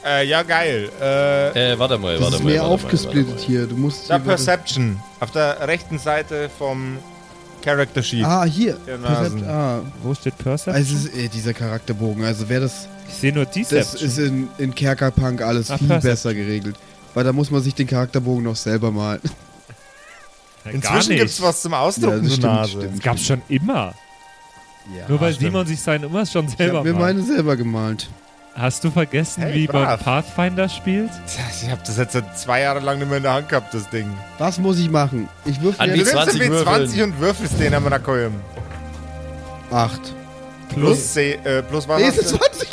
Speaker 9: Äh, ja, geil. Äh,
Speaker 4: Äh, warte mal,
Speaker 3: Das
Speaker 4: warte
Speaker 3: ist
Speaker 4: mal.
Speaker 3: mehr
Speaker 4: warte mal,
Speaker 3: aufgesplittet
Speaker 4: warte
Speaker 3: hier. Du musst.
Speaker 9: da
Speaker 3: hier warte-
Speaker 9: Perception. Auf der rechten Seite vom Character Sheet.
Speaker 3: ah, hier.
Speaker 9: Der
Speaker 3: Percept,
Speaker 9: Nasen.
Speaker 3: ah.
Speaker 6: Wo steht Perception?
Speaker 3: Also, es ist, äh, dieser Charakterbogen. Also, wäre das.
Speaker 6: ich sehe nur
Speaker 3: Das
Speaker 6: Deception.
Speaker 3: ist in, in Kerkerpunk alles
Speaker 6: Ah,
Speaker 3: viel
Speaker 6: Perception.
Speaker 3: besser geregelt. Weil da muss man sich den Charakterbogen noch selber malen.
Speaker 6: Na, gar
Speaker 9: Inzwischen
Speaker 6: nicht.
Speaker 9: gibt's was zum Ausdrucken,
Speaker 3: Ja,
Speaker 9: ja,
Speaker 3: das stimmt,
Speaker 9: Nase.
Speaker 3: stimmt.
Speaker 6: Das gab's schon immer.
Speaker 3: Ja,
Speaker 6: nur weil
Speaker 9: stimmt.
Speaker 6: Simon sich seinen immer schon
Speaker 3: ich
Speaker 6: selber
Speaker 3: hab mir
Speaker 6: macht.
Speaker 3: meine selber gemalt.
Speaker 6: Hast du vergessen,
Speaker 9: Hey,
Speaker 6: wie man
Speaker 9: brav.
Speaker 6: Pathfinder spielt?
Speaker 9: Tja, Ich habe das jetzt seit zwei Jahren lang nicht mehr in der Hand gehabt, das Ding.
Speaker 3: Was muss ich machen? Ich
Speaker 4: An
Speaker 3: würfel
Speaker 4: die
Speaker 9: Du
Speaker 3: jetzt
Speaker 9: nimmst den
Speaker 4: 20
Speaker 9: W20
Speaker 4: würfeln.
Speaker 9: und würfelst den am Nakoyim.
Speaker 3: 8.
Speaker 9: Plus C, äh, plus was?
Speaker 3: Nee, es
Speaker 9: hast
Speaker 3: ist
Speaker 9: du?
Speaker 3: 20.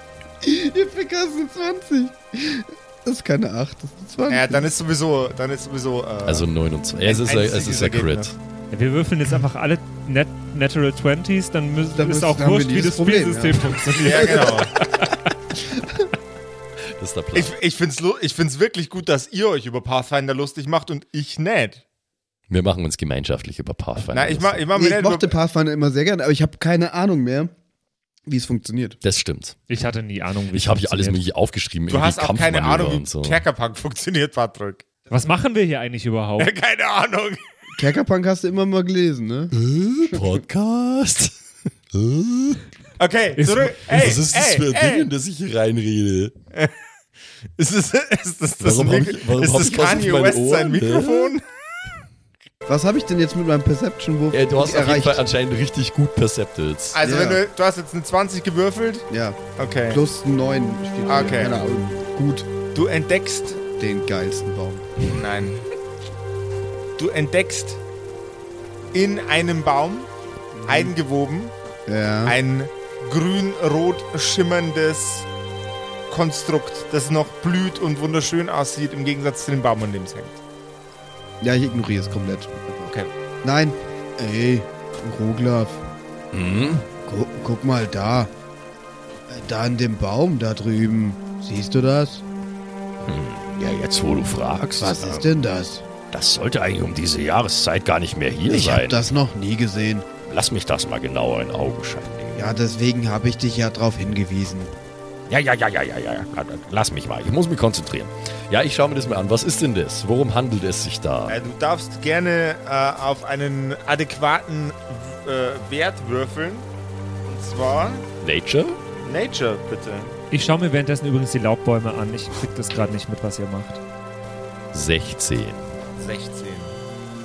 Speaker 3: Ihr Ficker, es sind 20. Das ist keine 8, das ist 20.
Speaker 9: Ja, dann ist sowieso, dann ist sowieso. Äh,
Speaker 4: mal. Also 29. Es ist,
Speaker 9: Ein
Speaker 4: ein- es
Speaker 9: einziges
Speaker 4: ist ein Crit.
Speaker 9: Ergebnis.
Speaker 6: Ja, wir würfeln jetzt einfach alle Nat Natural 20s, dann müssen,
Speaker 3: Dann
Speaker 6: ist
Speaker 3: müssen-
Speaker 6: auch
Speaker 3: dann haben wir
Speaker 6: wurscht, wie
Speaker 3: dieses
Speaker 6: das
Speaker 3: Problem,
Speaker 6: Spielsystem
Speaker 3: ja.
Speaker 6: funktioniert.
Speaker 9: ja, genau.
Speaker 4: Das ist der Plan.
Speaker 9: Ich, ich find's, lu- ich find's wirklich gut, dass ihr euch über Pathfinder lustig macht und ich nicht.
Speaker 4: wir machen uns gemeinschaftlich über Pathfinder.
Speaker 9: Na, ich mach, ich mach mir
Speaker 3: nee, ich
Speaker 9: nicht
Speaker 3: mochte
Speaker 9: über,
Speaker 3: Pathfinder immer sehr gern, aber ich habe keine Ahnung mehr, wie es funktioniert.
Speaker 4: das stimmt.
Speaker 6: Ich hatte nie Ahnung, wie
Speaker 4: Ich habe hier alles
Speaker 6: funktioniert.
Speaker 4: mögliche aufgeschrieben.
Speaker 9: Du hast
Speaker 4: irgendwie
Speaker 9: auch keine
Speaker 4: Kampfmanöver
Speaker 9: Ahnung, wie
Speaker 4: und so.
Speaker 9: Kerkerpunk funktioniert, Patrick.
Speaker 6: Was machen wir hier eigentlich überhaupt?
Speaker 9: keine Ahnung.
Speaker 3: Kerkerpunk hast du immer mal gelesen, ne?
Speaker 4: Podcast?
Speaker 9: Okay, zurück. ey,
Speaker 4: Was ist das
Speaker 9: ey,
Speaker 4: für ein
Speaker 9: ey.
Speaker 4: Ding, in das ich hier reinrede?
Speaker 9: Ist das, ist das, das,
Speaker 4: Warum hab
Speaker 9: Mikro-
Speaker 4: ich- warum
Speaker 9: ist
Speaker 4: hab
Speaker 9: das
Speaker 4: ich was auf
Speaker 9: Kanye
Speaker 4: meinen
Speaker 9: West sein
Speaker 4: Ohren, ne?
Speaker 9: Mikrofon?
Speaker 3: Was habe ich denn jetzt mit meinem Perception-Wurf
Speaker 4: Äh, du hast auf jeden
Speaker 3: erreicht?
Speaker 4: Fall anscheinend richtig gut Percepted.
Speaker 9: Also,
Speaker 3: Ja.
Speaker 9: wenn du, du hast jetzt eine 20 gewürfelt.
Speaker 3: ja,
Speaker 9: Okay.
Speaker 3: plus 9 steht hier.
Speaker 9: Ah, Okay.
Speaker 3: Keine Ahnung. Gut,
Speaker 9: Du entdeckst
Speaker 3: den geilsten Baum.
Speaker 9: Nein. Du entdeckst in einem Baum, Mhm. eingewoben,
Speaker 3: Ja.
Speaker 9: ein grün-rot schimmerndes Konstrukt, das noch blüht und wunderschön aussieht, im Gegensatz zu dem Baum, an dem es hängt.
Speaker 3: Ja, ich ignoriere es komplett.
Speaker 9: Okay.
Speaker 3: Nein. Ey, Roglaf,
Speaker 4: Mhm.
Speaker 3: gu guck mal da. Äh, Da an dem Baum da drüben. Siehst du das?
Speaker 4: Ja, jetzt wo du fragst.
Speaker 3: Was ist denn das?
Speaker 4: Das sollte eigentlich um diese Jahreszeit gar nicht mehr hier
Speaker 3: Ich habe
Speaker 4: sein.
Speaker 3: das noch nie gesehen.
Speaker 4: Lass mich das mal genauer in Augenschein nehmen.
Speaker 3: Ja, deswegen habe ich dich ja drauf hingewiesen.
Speaker 4: Ja, ja, ja, ja, ja, ja. ja. Lass mich mal. Ich muss mich konzentrieren. Ja, ich schaue mir das mal an. Was ist denn das? Worum handelt es sich da?
Speaker 9: Äh, du darfst gerne äh, auf einen adäquaten äh, Wert würfeln. Und zwar
Speaker 4: Nature?
Speaker 9: Nature, bitte.
Speaker 6: Ich schaue mir währenddessen übrigens die Laubbäume an. Ich krieg das gerade nicht mit, was ihr macht.
Speaker 4: 16.
Speaker 9: 16.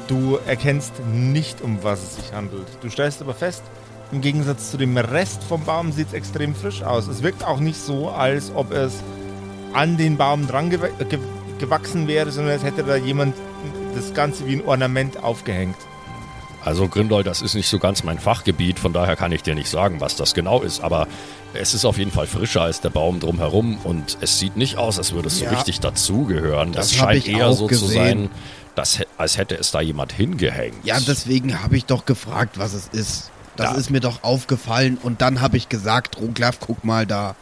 Speaker 9: Du erkennst nicht, um was es sich handelt. Du stellst aber fest, im Gegensatz zu dem Rest vom Baum sieht es extrem frisch aus. Es wirkt auch nicht so, als ob es an den Baum dran gew ge gewachsen wäre, sondern als hätte da jemand das Ganze wie ein Ornament aufgehängt.
Speaker 4: Also Grindel, das ist nicht so ganz mein Fachgebiet, von daher kann ich dir nicht sagen, was das genau ist, aber es ist auf jeden Fall frischer als der Baum drumherum und es sieht nicht aus, als würde es so
Speaker 3: Ja.
Speaker 4: richtig dazugehören. Das,
Speaker 3: Das hab
Speaker 4: scheint
Speaker 3: ich
Speaker 4: eher
Speaker 3: auch
Speaker 4: so zu
Speaker 3: gesehen.
Speaker 4: sein, dass, hä- als hätte es da jemand hingehängt.
Speaker 3: Ja, deswegen habe ich doch gefragt, was es ist. Das
Speaker 4: Da.
Speaker 3: ist mir doch aufgefallen und dann habe ich gesagt, Roglaf, guck mal da.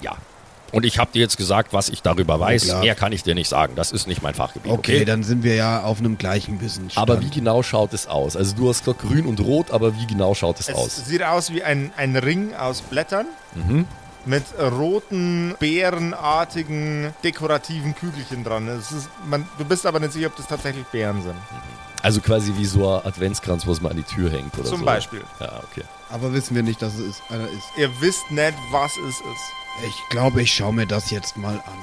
Speaker 4: Ja. Und ich habe dir jetzt gesagt, was ich darüber weiß.
Speaker 3: klar.
Speaker 4: Mehr kann ich dir nicht sagen. Das ist nicht mein Fachgebiet.
Speaker 3: Okay, dann sind wir ja auf einem gleichen Wissensstand.
Speaker 4: aber wie genau schaut es aus? Also du hast gesagt grün und rot, aber wie genau schaut es,
Speaker 9: Es
Speaker 4: aus?
Speaker 9: sieht aus wie ein, ein Ring aus Blättern Mhm. mit roten, beerenartigen, dekorativen Kügelchen dran. Es ist, man, du bist aber nicht sicher, ob das tatsächlich Beeren sind.
Speaker 4: Also quasi wie so ein Adventskranz, was man an die Tür hängt oder so.
Speaker 9: Zum Beispiel.
Speaker 4: Ja, okay.
Speaker 3: Aber wissen wir nicht, dass es einer ist.
Speaker 9: Ihr wisst nicht, was es ist.
Speaker 3: Ich glaube, ich schaue mir das jetzt mal an.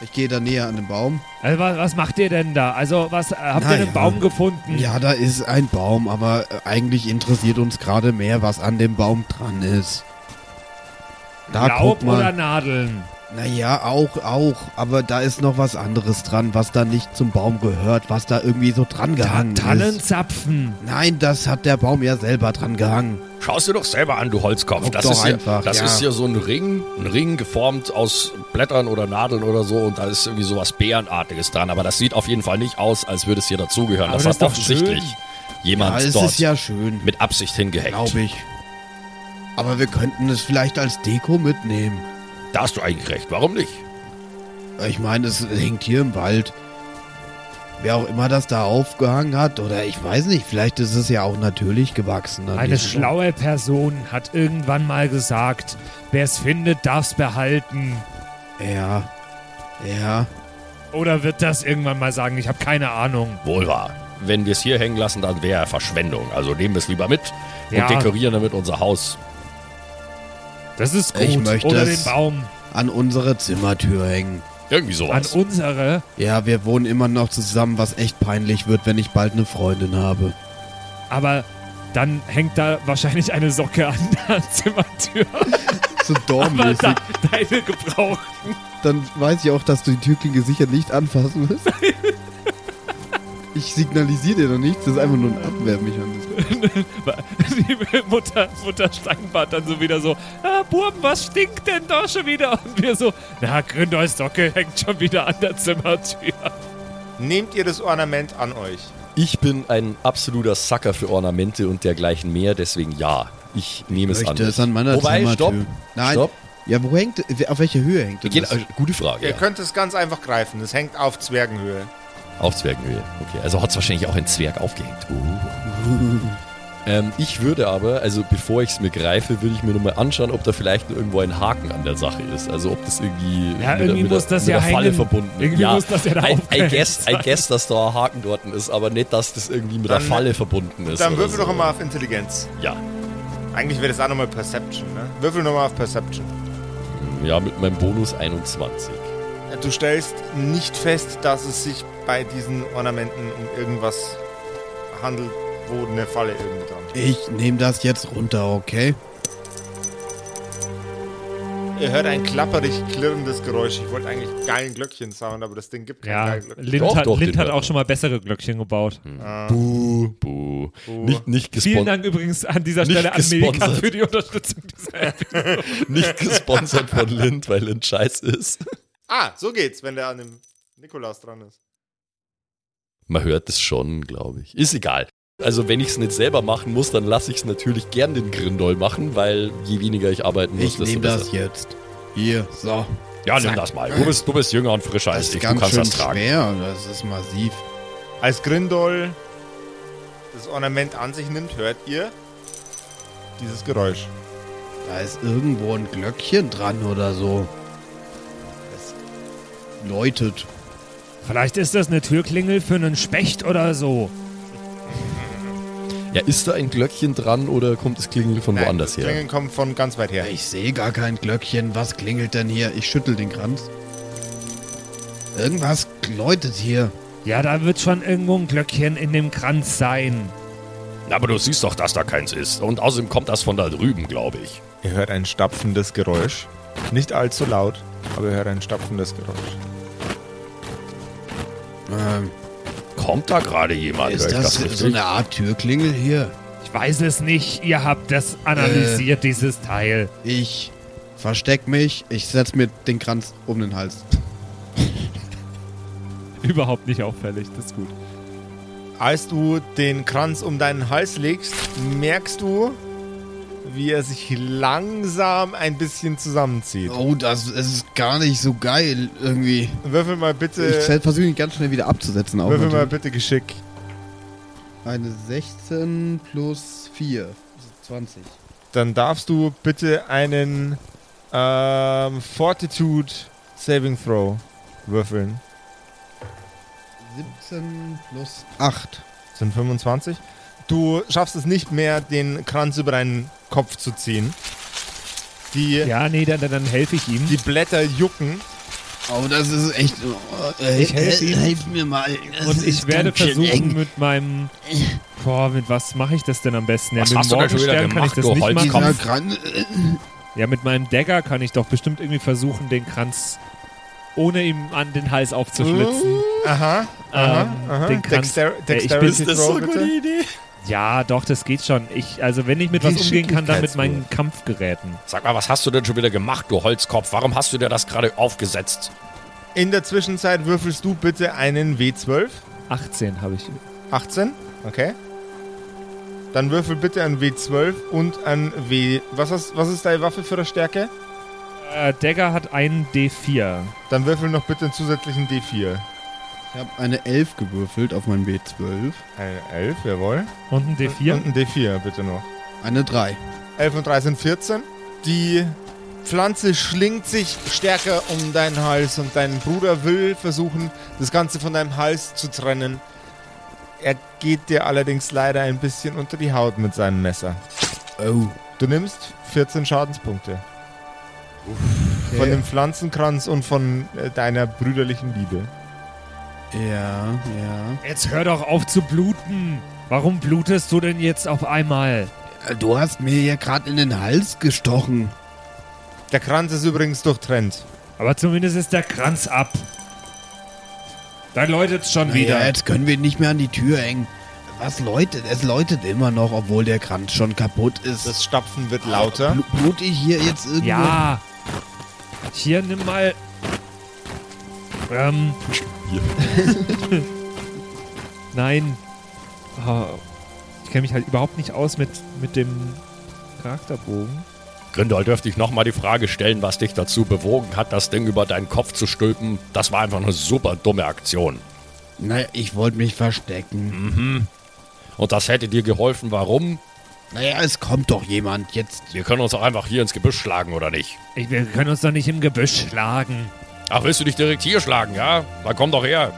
Speaker 3: Ich gehe da näher an den Baum.
Speaker 6: Also, was, was macht ihr denn da? Also, was äh, habt
Speaker 3: Na
Speaker 6: ihr einen
Speaker 3: ja.
Speaker 6: Baum gefunden?
Speaker 3: Ja, da ist ein Baum, aber äh, eigentlich interessiert uns gerade mehr, was an dem Baum dran ist. Da
Speaker 6: Laub
Speaker 3: guck mal.
Speaker 6: oder Nadeln?
Speaker 3: Naja, auch, auch. Aber da ist noch was anderes dran, was da nicht zum Baum gehört, was da irgendwie so dran gehangen ist.
Speaker 6: Tannenzapfen.
Speaker 3: Nein, das hat der Baum ja selber dran gehangen.
Speaker 4: Schau's dir doch selber an, du Holzkopf.
Speaker 3: Guck
Speaker 4: Das
Speaker 3: doch
Speaker 4: ist, ja,
Speaker 3: einfach,
Speaker 4: das
Speaker 3: ja.
Speaker 4: ist ja so ein Ring, ein Ring geformt aus Blättern oder Nadeln oder so und da ist irgendwie sowas Bärenartiges dran. Aber das sieht auf jeden Fall nicht aus, als würde es hier dazugehören.
Speaker 6: Aber
Speaker 4: Das,
Speaker 6: das
Speaker 4: hat
Speaker 6: ist doch schön.
Speaker 4: offensichtlich
Speaker 3: Ja,
Speaker 4: jemand
Speaker 3: es
Speaker 4: dort
Speaker 3: ist ja schön,
Speaker 4: mit Absicht hingehackt.
Speaker 3: glaube ich. Aber wir könnten es vielleicht als Deko mitnehmen.
Speaker 4: Da hast du eigentlich recht. Warum nicht?
Speaker 3: Ich meine, es hängt hier im Wald. Wer auch immer das da aufgehangen hat, oder ich weiß nicht, vielleicht ist es ja auch natürlich gewachsen. an
Speaker 6: Eine
Speaker 3: diesem Baum.
Speaker 6: schlaue Person hat irgendwann mal gesagt, wer es findet, darf es behalten.
Speaker 3: Ja. Ja.
Speaker 6: Oder wird das irgendwann mal sagen? Ich habe keine Ahnung.
Speaker 4: Wohl wahr. Wenn wir es hier hängen lassen, dann wäre er Verschwendung. Also nehmen wir es lieber mit
Speaker 6: Ja.
Speaker 4: und dekorieren damit unser Haus.
Speaker 6: Das ist gut.
Speaker 3: Ich möchte
Speaker 6: Oder
Speaker 3: es
Speaker 6: den Baum
Speaker 3: An unsere Zimmertür hängen.
Speaker 4: Irgendwie
Speaker 6: an
Speaker 4: sowas.
Speaker 6: unsere.
Speaker 3: Ja, wir wohnen immer noch zusammen, was echt peinlich wird, wenn ich bald eine Freundin habe.
Speaker 6: Aber dann hängt da wahrscheinlich eine Socke an der Zimmertür.
Speaker 3: So
Speaker 6: Aber
Speaker 3: dornmäßig.
Speaker 6: da, deine gebraucht.
Speaker 3: Dann weiß ich auch, dass du die Türklinge sicher nicht anfassen wirst. Ich signalisiere dir doch nichts, das ist einfach nur ein Abwehrmechanismus.
Speaker 6: Die Mutter, Mutter Steinbart dann so wieder so, ah, Buben, was stinkt denn da schon wieder? Und wir so, na, Gründolls Socke hängt schon wieder an der Zimmertür.
Speaker 9: Nehmt ihr das Ornament an euch?
Speaker 4: Ich bin ein absoluter Sacker für Ornamente und dergleichen mehr, deswegen ja. Ich nehme es an.
Speaker 3: Möchte es äh, an meiner
Speaker 4: Wobei,
Speaker 3: Zimmertür.
Speaker 4: stopp.
Speaker 3: Nein.
Speaker 4: Stopp.
Speaker 3: Ja, wo hängt, auf welcher Höhe hängt denn
Speaker 4: Gen-
Speaker 3: das?
Speaker 4: äh, gute Frage.
Speaker 9: Ihr
Speaker 4: Ja.
Speaker 9: könnt es ganz einfach greifen. Es hängt auf Zwergenhöhe.
Speaker 4: Auf Zwergenhöhe. Okay, also hat es wahrscheinlich auch ein Zwerg aufgehängt. Uh. ähm, ich würde aber, also bevor ich es mir greife, würde ich mir nochmal anschauen, ob da vielleicht irgendwo ein Haken an der Sache ist. Also ob das irgendwie
Speaker 6: Ja,
Speaker 4: der-
Speaker 6: irgendwie
Speaker 4: der-
Speaker 6: muss das
Speaker 4: mit
Speaker 6: ja
Speaker 4: der Falle
Speaker 6: hängen.
Speaker 4: verbunden
Speaker 6: Irgendwie
Speaker 4: ja,
Speaker 6: muss das ja da
Speaker 4: I, I,
Speaker 6: aufgehängt
Speaker 4: guess, I guess, dass da ein Haken dort ist, aber nicht, dass das irgendwie mit
Speaker 9: Dann-
Speaker 4: der Falle verbunden ist.
Speaker 9: Dann
Speaker 4: oder
Speaker 9: würfel
Speaker 4: so.
Speaker 9: doch mal auf Intelligenz.
Speaker 4: Ja.
Speaker 9: Eigentlich wäre das auch nochmal Perception, ne? Würfel nochmal auf Perception.
Speaker 4: ja, mit meinem Bonus 21.
Speaker 9: Du stellst nicht fest, dass es sich bei diesen Ornamenten um irgendwas handelt, wo eine Falle irgendwie dran ist.
Speaker 3: Ich nehme das jetzt runter, okay?
Speaker 9: Ihr hört ein klapperig klirrendes Geräusch. Ich wollte eigentlich geilen Glöckchen-Sound, aber das Ding gibt keinen
Speaker 6: Ja,
Speaker 9: geilen Glöckchen.
Speaker 6: Lind,
Speaker 4: Doch,
Speaker 6: hat,
Speaker 4: doch,
Speaker 6: Lind
Speaker 4: den
Speaker 6: hat
Speaker 4: hört
Speaker 6: auch
Speaker 4: man.
Speaker 6: schon mal bessere Glöckchen gebaut.
Speaker 9: Ah,
Speaker 4: Buh, buh. Nicht, nicht,
Speaker 6: Vielen
Speaker 4: gespon
Speaker 6: Dank übrigens an dieser
Speaker 4: Nicht
Speaker 6: Stelle an Milka
Speaker 4: gesponsert.
Speaker 6: für die Unterstützung dieser App.
Speaker 4: nicht gesponsert von Lind, weil Lind scheiße ist.
Speaker 9: Ah, so geht's, wenn der an dem Nikolaus dran ist.
Speaker 4: Man hört es schon, glaube ich. Ist egal. Also wenn ich es nicht selber machen muss, dann lasse ich es natürlich gern den Grindol machen, weil je weniger ich arbeiten muss,
Speaker 3: Ich
Speaker 4: desto
Speaker 3: nehme
Speaker 4: besser.
Speaker 3: das jetzt. Hier, so.
Speaker 4: Ja, nimm
Speaker 3: Zack.
Speaker 4: das mal. Du bist, du bist jünger und frischer
Speaker 3: Das
Speaker 4: als
Speaker 3: ist
Speaker 4: ich. Du
Speaker 3: ganz
Speaker 4: kannst
Speaker 3: schön
Speaker 4: das tragen.
Speaker 3: schwer, das ist massiv.
Speaker 9: Als Grindol das Ornament an sich nimmt, hört ihr dieses Geräusch.
Speaker 3: Da ist irgendwo ein Glöckchen dran oder so. Das läutet.
Speaker 6: Vielleicht ist das eine Türklingel für einen Specht oder so.
Speaker 4: Ja, ist da ein Glöckchen dran oder kommt das Klingeln von
Speaker 9: Nein,
Speaker 4: woanders
Speaker 9: das
Speaker 4: her?
Speaker 9: Klingeln kommt von ganz weit her.
Speaker 3: Ich sehe gar kein Glöckchen. Was klingelt denn hier? Ich schüttel den Kranz. Irgendwas läutet hier.
Speaker 6: Ja, da wird schon irgendwo ein Glöckchen in dem Kranz sein.
Speaker 4: Aber du siehst doch, dass da keins ist. Und außerdem kommt das von da drüben, glaube ich.
Speaker 9: Ihr hört ein stapfendes Geräusch. Nicht allzu laut, aber ihr hört ein stapfendes Geräusch.
Speaker 3: Ähm,
Speaker 4: Kommt da gerade jemand? Hör
Speaker 3: ist
Speaker 4: ich
Speaker 3: das
Speaker 4: richtig?
Speaker 3: so eine Art Türklingel hier?
Speaker 6: Ich weiß es nicht. Ihr habt das analysiert,
Speaker 4: Äh.
Speaker 6: dieses Teil.
Speaker 3: Ich versteck mich. Ich setz mir den Kranz um den Hals.
Speaker 10: Überhaupt nicht auffällig, das ist gut.
Speaker 9: Als du den Kranz um deinen Hals legst, merkst du, wie er sich langsam ein bisschen zusammenzieht.
Speaker 3: Oh, das ist gar nicht so geil irgendwie.
Speaker 9: Würfel mal
Speaker 3: Ich
Speaker 9: bitte,
Speaker 3: versuche ihn ganz schnell wieder abzusetzen. Auch
Speaker 9: würfel mal
Speaker 3: natürlich.
Speaker 9: bitte Geschick.
Speaker 3: Eine 16 plus also 4. 20.
Speaker 9: Dann darfst du bitte einen ähm, Fortitude Saving Throw würfeln.
Speaker 3: 17 plus 8.
Speaker 9: Sind 25. Du schaffst es nicht mehr, den Kranz über deinen Kopf zu ziehen. Die
Speaker 6: Ja, nee, dann, dann, dann helfe ich ihm.
Speaker 9: Die Blätter jucken
Speaker 3: Oh, das ist echt. Oh, äh,
Speaker 6: Ich helf ihm.
Speaker 3: helf mir mal. Das
Speaker 6: Und ich
Speaker 3: ist
Speaker 6: werde
Speaker 3: ganz schön
Speaker 6: versuchen
Speaker 3: eng.
Speaker 6: mit meinem. Boah, mit was mache ich das denn am besten? Ja,
Speaker 4: Was
Speaker 6: mit
Speaker 4: hast du denn schon wieder
Speaker 6: Morgenstern kann ich
Speaker 4: gemacht,
Speaker 6: das
Speaker 4: du
Speaker 6: nicht
Speaker 4: Holzkopf?
Speaker 6: machen.
Speaker 3: Dieser Kran äh,
Speaker 6: Ja, mit meinem Dagger kann ich doch bestimmt irgendwie versuchen, den Kranz ohne ihm an den Hals aufzuschlitzen.
Speaker 9: Aha, aha,
Speaker 6: Ähm,
Speaker 9: aha.
Speaker 6: Den Kranz.
Speaker 9: Dexter
Speaker 6: Ja, ich bin-
Speaker 9: Dexterity Throw, bitte.
Speaker 4: Idee?
Speaker 6: Ja, doch, das geht schon. Ich, also wenn ich mit was umgehen kann, dann mit meinen Kampfgeräten.
Speaker 4: Sag mal, was hast du denn schon wieder gemacht, du Holzkopf? Warum hast du dir das gerade aufgesetzt?
Speaker 9: In der Zwischenzeit würfelst du bitte einen W12.
Speaker 6: 18 habe ich.
Speaker 9: 18, okay. Dann würfel bitte ein W12 und ein W... Was, hast, was ist deine Waffe für eine Stärke?
Speaker 6: Äh, Dagger hat einen D4.
Speaker 9: Dann würfel noch bitte einen zusätzlichen D4.
Speaker 3: Ich habe eine 11 gewürfelt auf mein B12.
Speaker 9: Eine 11, jawohl.
Speaker 6: Und ein D4?
Speaker 9: Und ein D4 bitte noch.
Speaker 3: Eine 3.
Speaker 9: 11 und 13, 14. Die Pflanze schlingt sich stärker um deinen Hals und dein Bruder will versuchen, das Ganze von deinem Hals zu trennen. Er geht dir allerdings leider ein bisschen unter die Haut mit seinem Messer.
Speaker 3: Oh.
Speaker 9: Du nimmst 14 Schadenspunkte. Von
Speaker 3: Okay.
Speaker 9: dem Pflanzenkranz und von äh, deiner brüderlichen Liebe.
Speaker 3: Ja, ja.
Speaker 6: Jetzt hör doch auf zu bluten. Warum blutest du denn jetzt auf einmal?
Speaker 3: Du hast mir hier gerade in den Hals gestochen.
Speaker 9: Der Kranz ist übrigens durchtrennt.
Speaker 6: Aber zumindest ist der Kranz ab. Da läutet's schon wieder.
Speaker 3: Ja, jetzt können wir ihn nicht mehr an die Tür hängen. Was läutet? Es läutet immer noch, obwohl der Kranz schon kaputt ist.
Speaker 9: Das Stapfen wird lauter.
Speaker 3: Blu- Blute ich hier jetzt irgendwo?
Speaker 6: Ja. Hier, nimm mal. Ähm. Nein. Ah, ich kenne mich halt überhaupt nicht aus mit, mit dem Charakterbogen.
Speaker 4: Grindel, dürfte ich nochmal die Frage stellen, was dich dazu bewogen hat, das Ding über deinen Kopf zu stülpen? Das war einfach eine super dumme Aktion.
Speaker 3: Naja, ich wollte mich verstecken.
Speaker 4: Und das hätte dir geholfen, warum?
Speaker 3: Naja, es kommt doch jemand jetzt.
Speaker 4: Wir können uns auch einfach hier ins Gebüsch schlagen, oder nicht?
Speaker 6: Ich, wir können uns doch nicht im Gebüsch schlagen.
Speaker 4: Ach, willst du dich direkt hier schlagen, ja? Na komm doch her.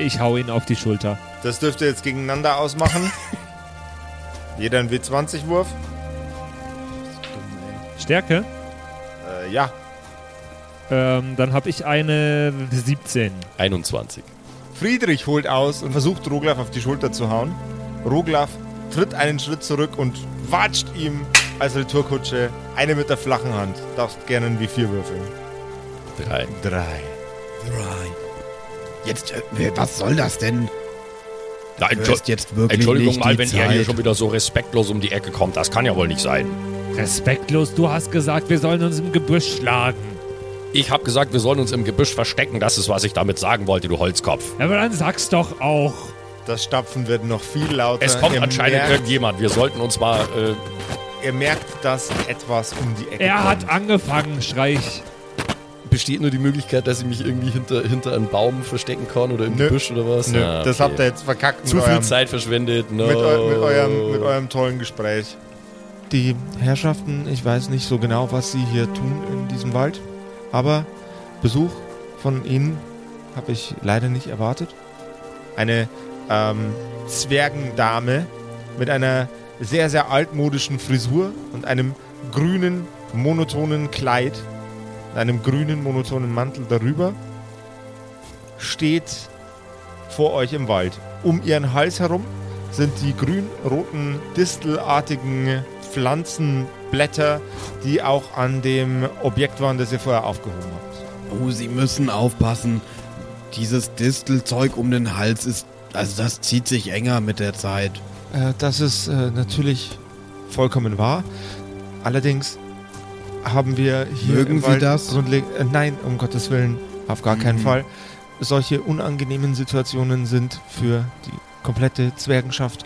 Speaker 6: Ich hau ihn auf die Schulter.
Speaker 9: Das dürft ihr jetzt gegeneinander ausmachen. Jeder ein W20-Wurf.
Speaker 6: Stärke?
Speaker 9: Äh, ja,
Speaker 6: Ähm, dann habe ich eine 17.
Speaker 4: 21.
Speaker 9: Friedrich holt aus und versucht Roglaf auf die Schulter zu hauen. Roglaf tritt einen Schritt zurück und watscht ihm als Retourkutsche eine mit der flachen Hand. Darfst gerne ein W4 würfeln.
Speaker 4: Drei.
Speaker 9: Drei.
Speaker 3: Jetzt, äh, wer- was soll das denn?
Speaker 4: Na,
Speaker 3: Du
Speaker 4: Entschu
Speaker 3: hast jetzt wirklich
Speaker 4: Entschuldigung
Speaker 3: nicht
Speaker 4: mal,
Speaker 3: die
Speaker 4: wenn
Speaker 3: Zeit.
Speaker 4: er hier schon wieder so respektlos um die Ecke kommt. Das kann ja wohl nicht sein.
Speaker 6: Respektlos, du hast gesagt, wir sollen uns im Gebüsch schlagen.
Speaker 4: Ich habe gesagt, wir sollen uns im Gebüsch verstecken. Das ist, was ich damit sagen wollte, du Holzkopf.
Speaker 6: Aber dann sag's doch auch.
Speaker 9: Das Stapfen wird noch viel lauter.
Speaker 4: Es kommt
Speaker 9: Ihr
Speaker 4: anscheinend
Speaker 9: merkt-
Speaker 4: irgendjemand. Wir sollten uns mal. Äh,
Speaker 9: Ihr merkt, dass etwas um die Ecke
Speaker 6: Er
Speaker 9: kommt.
Speaker 6: hat angefangen, Streich.
Speaker 4: Besteht nur die Möglichkeit, dass ich mich irgendwie hinter, hinter einen Baum verstecken kann oder im
Speaker 9: Nö.
Speaker 4: Gebüsch oder was?
Speaker 9: Nö,
Speaker 4: Ah,
Speaker 9: Das
Speaker 4: okay.
Speaker 9: habt ihr jetzt verkackt
Speaker 4: Zu
Speaker 9: mit,
Speaker 4: viel
Speaker 9: eurem,
Speaker 4: Zeit verschwendet. No.
Speaker 9: mit, eu mit, eurem, mit eurem tollen Gespräch. Die Herrschaften, ich weiß nicht so genau, was sie hier tun in diesem Wald, aber Besuch von ihnen habe ich leider nicht erwartet. Eine ähm, Zwergendame mit einer sehr, sehr altmodischen Frisur und einem grünen, monotonen Kleid, einem grünen, monotonen Mantel darüber, steht vor euch im Wald. Um ihren Hals herum sind die grün-roten, distelartigen Pflanzenblätter, die auch an dem Objekt waren, das ihr vorher aufgehoben habt.
Speaker 3: Oh, sie müssen aufpassen. Dieses Distelzeug um den Hals ist. Also, das zieht sich enger mit der Zeit.
Speaker 9: Äh, das ist äh, natürlich vollkommen wahr. Allerdings haben wir hier
Speaker 3: Mögen
Speaker 9: im
Speaker 3: Sie
Speaker 9: Wald
Speaker 3: das?
Speaker 9: grundleg- äh, nein, um Gottes Willen, auf gar keinen
Speaker 3: Mhm.
Speaker 9: Fall. Solche unangenehmen Situationen sind für die komplette Zwergenschaft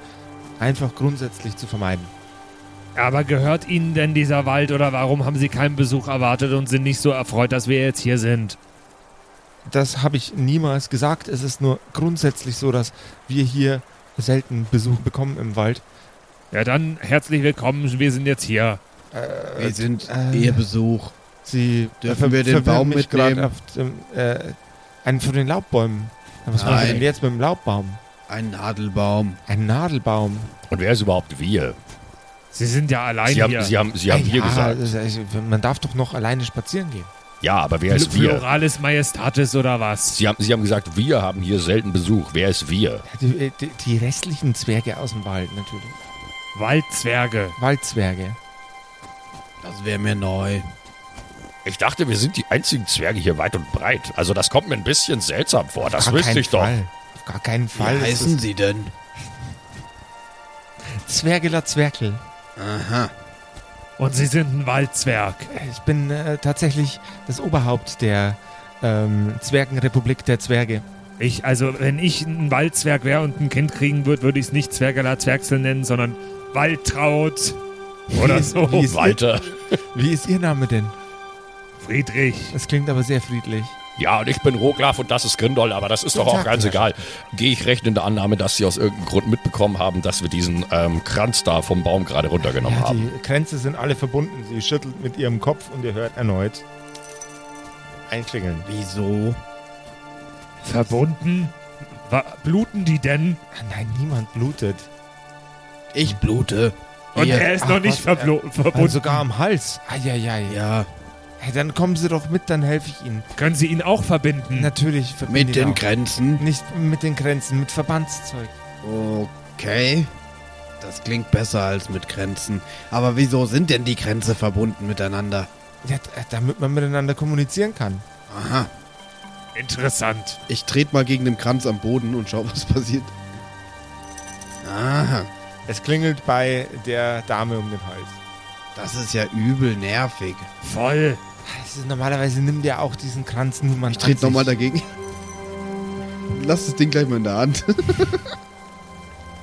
Speaker 9: einfach grundsätzlich zu vermeiden.
Speaker 6: Aber gehört Ihnen denn dieser Wald oder warum haben Sie keinen Besuch erwartet und sind nicht so erfreut, dass wir jetzt hier sind?
Speaker 9: Das habe ich niemals gesagt. Es ist nur grundsätzlich so, dass wir hier selten Besuch bekommen im Wald.
Speaker 6: Ja, dann herzlich willkommen, wir sind jetzt hier.
Speaker 3: Wir sind
Speaker 9: äh,
Speaker 3: Ihr Besuch.
Speaker 9: Sie
Speaker 3: Dürfen wir den
Speaker 9: verwirren
Speaker 3: Baum
Speaker 9: mich
Speaker 3: mitnehmen?
Speaker 9: grad Auf dem, äh, einen von den Laubbäumen. Na, Was
Speaker 3: Nein.
Speaker 9: machen wir denn jetzt mit dem Laubbaum?
Speaker 3: Ein Nadelbaum.
Speaker 9: Ein Nadelbaum.
Speaker 4: Und wer ist überhaupt wir?
Speaker 6: Sie sind ja allein
Speaker 4: Sie haben,
Speaker 6: hier.
Speaker 4: sie haben, sie haben
Speaker 9: Ah,
Speaker 4: wir
Speaker 9: ja,
Speaker 4: gesagt.
Speaker 9: das ist- Man darf doch noch alleine spazieren gehen.
Speaker 4: Ja, aber wer ist wir?
Speaker 6: Pluralis Majestatis oder was?
Speaker 4: Sie haben, Sie haben gesagt, wir haben hier selten Besuch. Wer ist wir?
Speaker 9: Die, äh, die, die restlichen Zwerge aus dem Wald natürlich.
Speaker 6: Waldzwerge.
Speaker 9: Waldzwerge.
Speaker 3: Das wäre mir neu.
Speaker 4: Ich dachte, wir sind die einzigen Zwerge hier weit und breit. Also das kommt mir ein bisschen seltsam vor. Das wüsste ich doch.
Speaker 9: Fall. Auf gar keinen
Speaker 3: Wie
Speaker 9: Fall. Es
Speaker 3: heißen sie denn?
Speaker 9: ist Zwergeler Zwerkel.
Speaker 3: Aha.
Speaker 6: Und sie sind ein Waldzwerg.
Speaker 9: Ich bin äh, tatsächlich das Oberhaupt der ähm, Zwergenrepublik der Zwerge.
Speaker 6: Ich, also, wenn ich ein Waldzwerg wäre und ein Kind kriegen würde, würde ich es nicht Zwergala Zwergsel nennen, sondern Waldtraut oder so.
Speaker 9: Wie ist, ihr,
Speaker 4: Walter.
Speaker 9: wie ist Ihr Name denn?
Speaker 6: Friedrich.
Speaker 9: Das klingt aber sehr friedlich.
Speaker 4: Ja, und ich bin Roglaf und das ist Grindol, aber das ist doch auch
Speaker 9: Tag,
Speaker 4: ganz
Speaker 9: Herr
Speaker 4: egal. Gehe ich rechnende Annahme, dass Sie aus irgendeinem Grund mitbekommen haben, dass wir diesen ähm, Kranz da vom Baum gerade runtergenommen
Speaker 9: Ja,
Speaker 4: haben.
Speaker 9: die Kränze sind alle verbunden. Sie schüttelt mit ihrem Kopf und ihr hört erneut einklingeln.
Speaker 3: Wieso?
Speaker 6: Verbunden? Wa bluten die denn?
Speaker 9: Ah, nein, niemand blutet.
Speaker 3: Ich blute.
Speaker 6: Und
Speaker 3: Ihr-
Speaker 6: er ist
Speaker 9: Ach,
Speaker 6: noch nicht
Speaker 4: äh,
Speaker 9: was,
Speaker 6: verblo- verbunden.
Speaker 9: Und Also
Speaker 4: also-
Speaker 9: sogar am Hals. Eieiei.
Speaker 3: Ja,
Speaker 9: Hey, dann kommen Sie doch mit, dann helfe ich Ihnen.
Speaker 6: Können sie ihn auch verbinden?
Speaker 9: Natürlich. verbinde
Speaker 3: mit
Speaker 9: ich
Speaker 3: den
Speaker 9: auch.
Speaker 3: Grenzen.
Speaker 9: Nicht mit den Grenzen, mit Verbandszeug.
Speaker 3: Okay. Das klingt besser als mit Grenzen. Aber wieso sind denn die Grenze verbunden miteinander?
Speaker 9: Ja, d- äh, damit man miteinander kommunizieren kann.
Speaker 3: Aha.
Speaker 6: Interessant.
Speaker 3: Ich trete mal gegen den Kranz am Boden und schau, was passiert. Aha.
Speaker 9: Es klingelt bei der Dame um den Hals.
Speaker 3: Das ist ja übel nervig.
Speaker 6: Voll.
Speaker 9: Es ist, normalerweise nimmt ja auch diesen Kranz niemand
Speaker 3: Ich trete
Speaker 9: an sich.
Speaker 3: nochmal dagegen. Lass das Ding gleich mal in der Hand.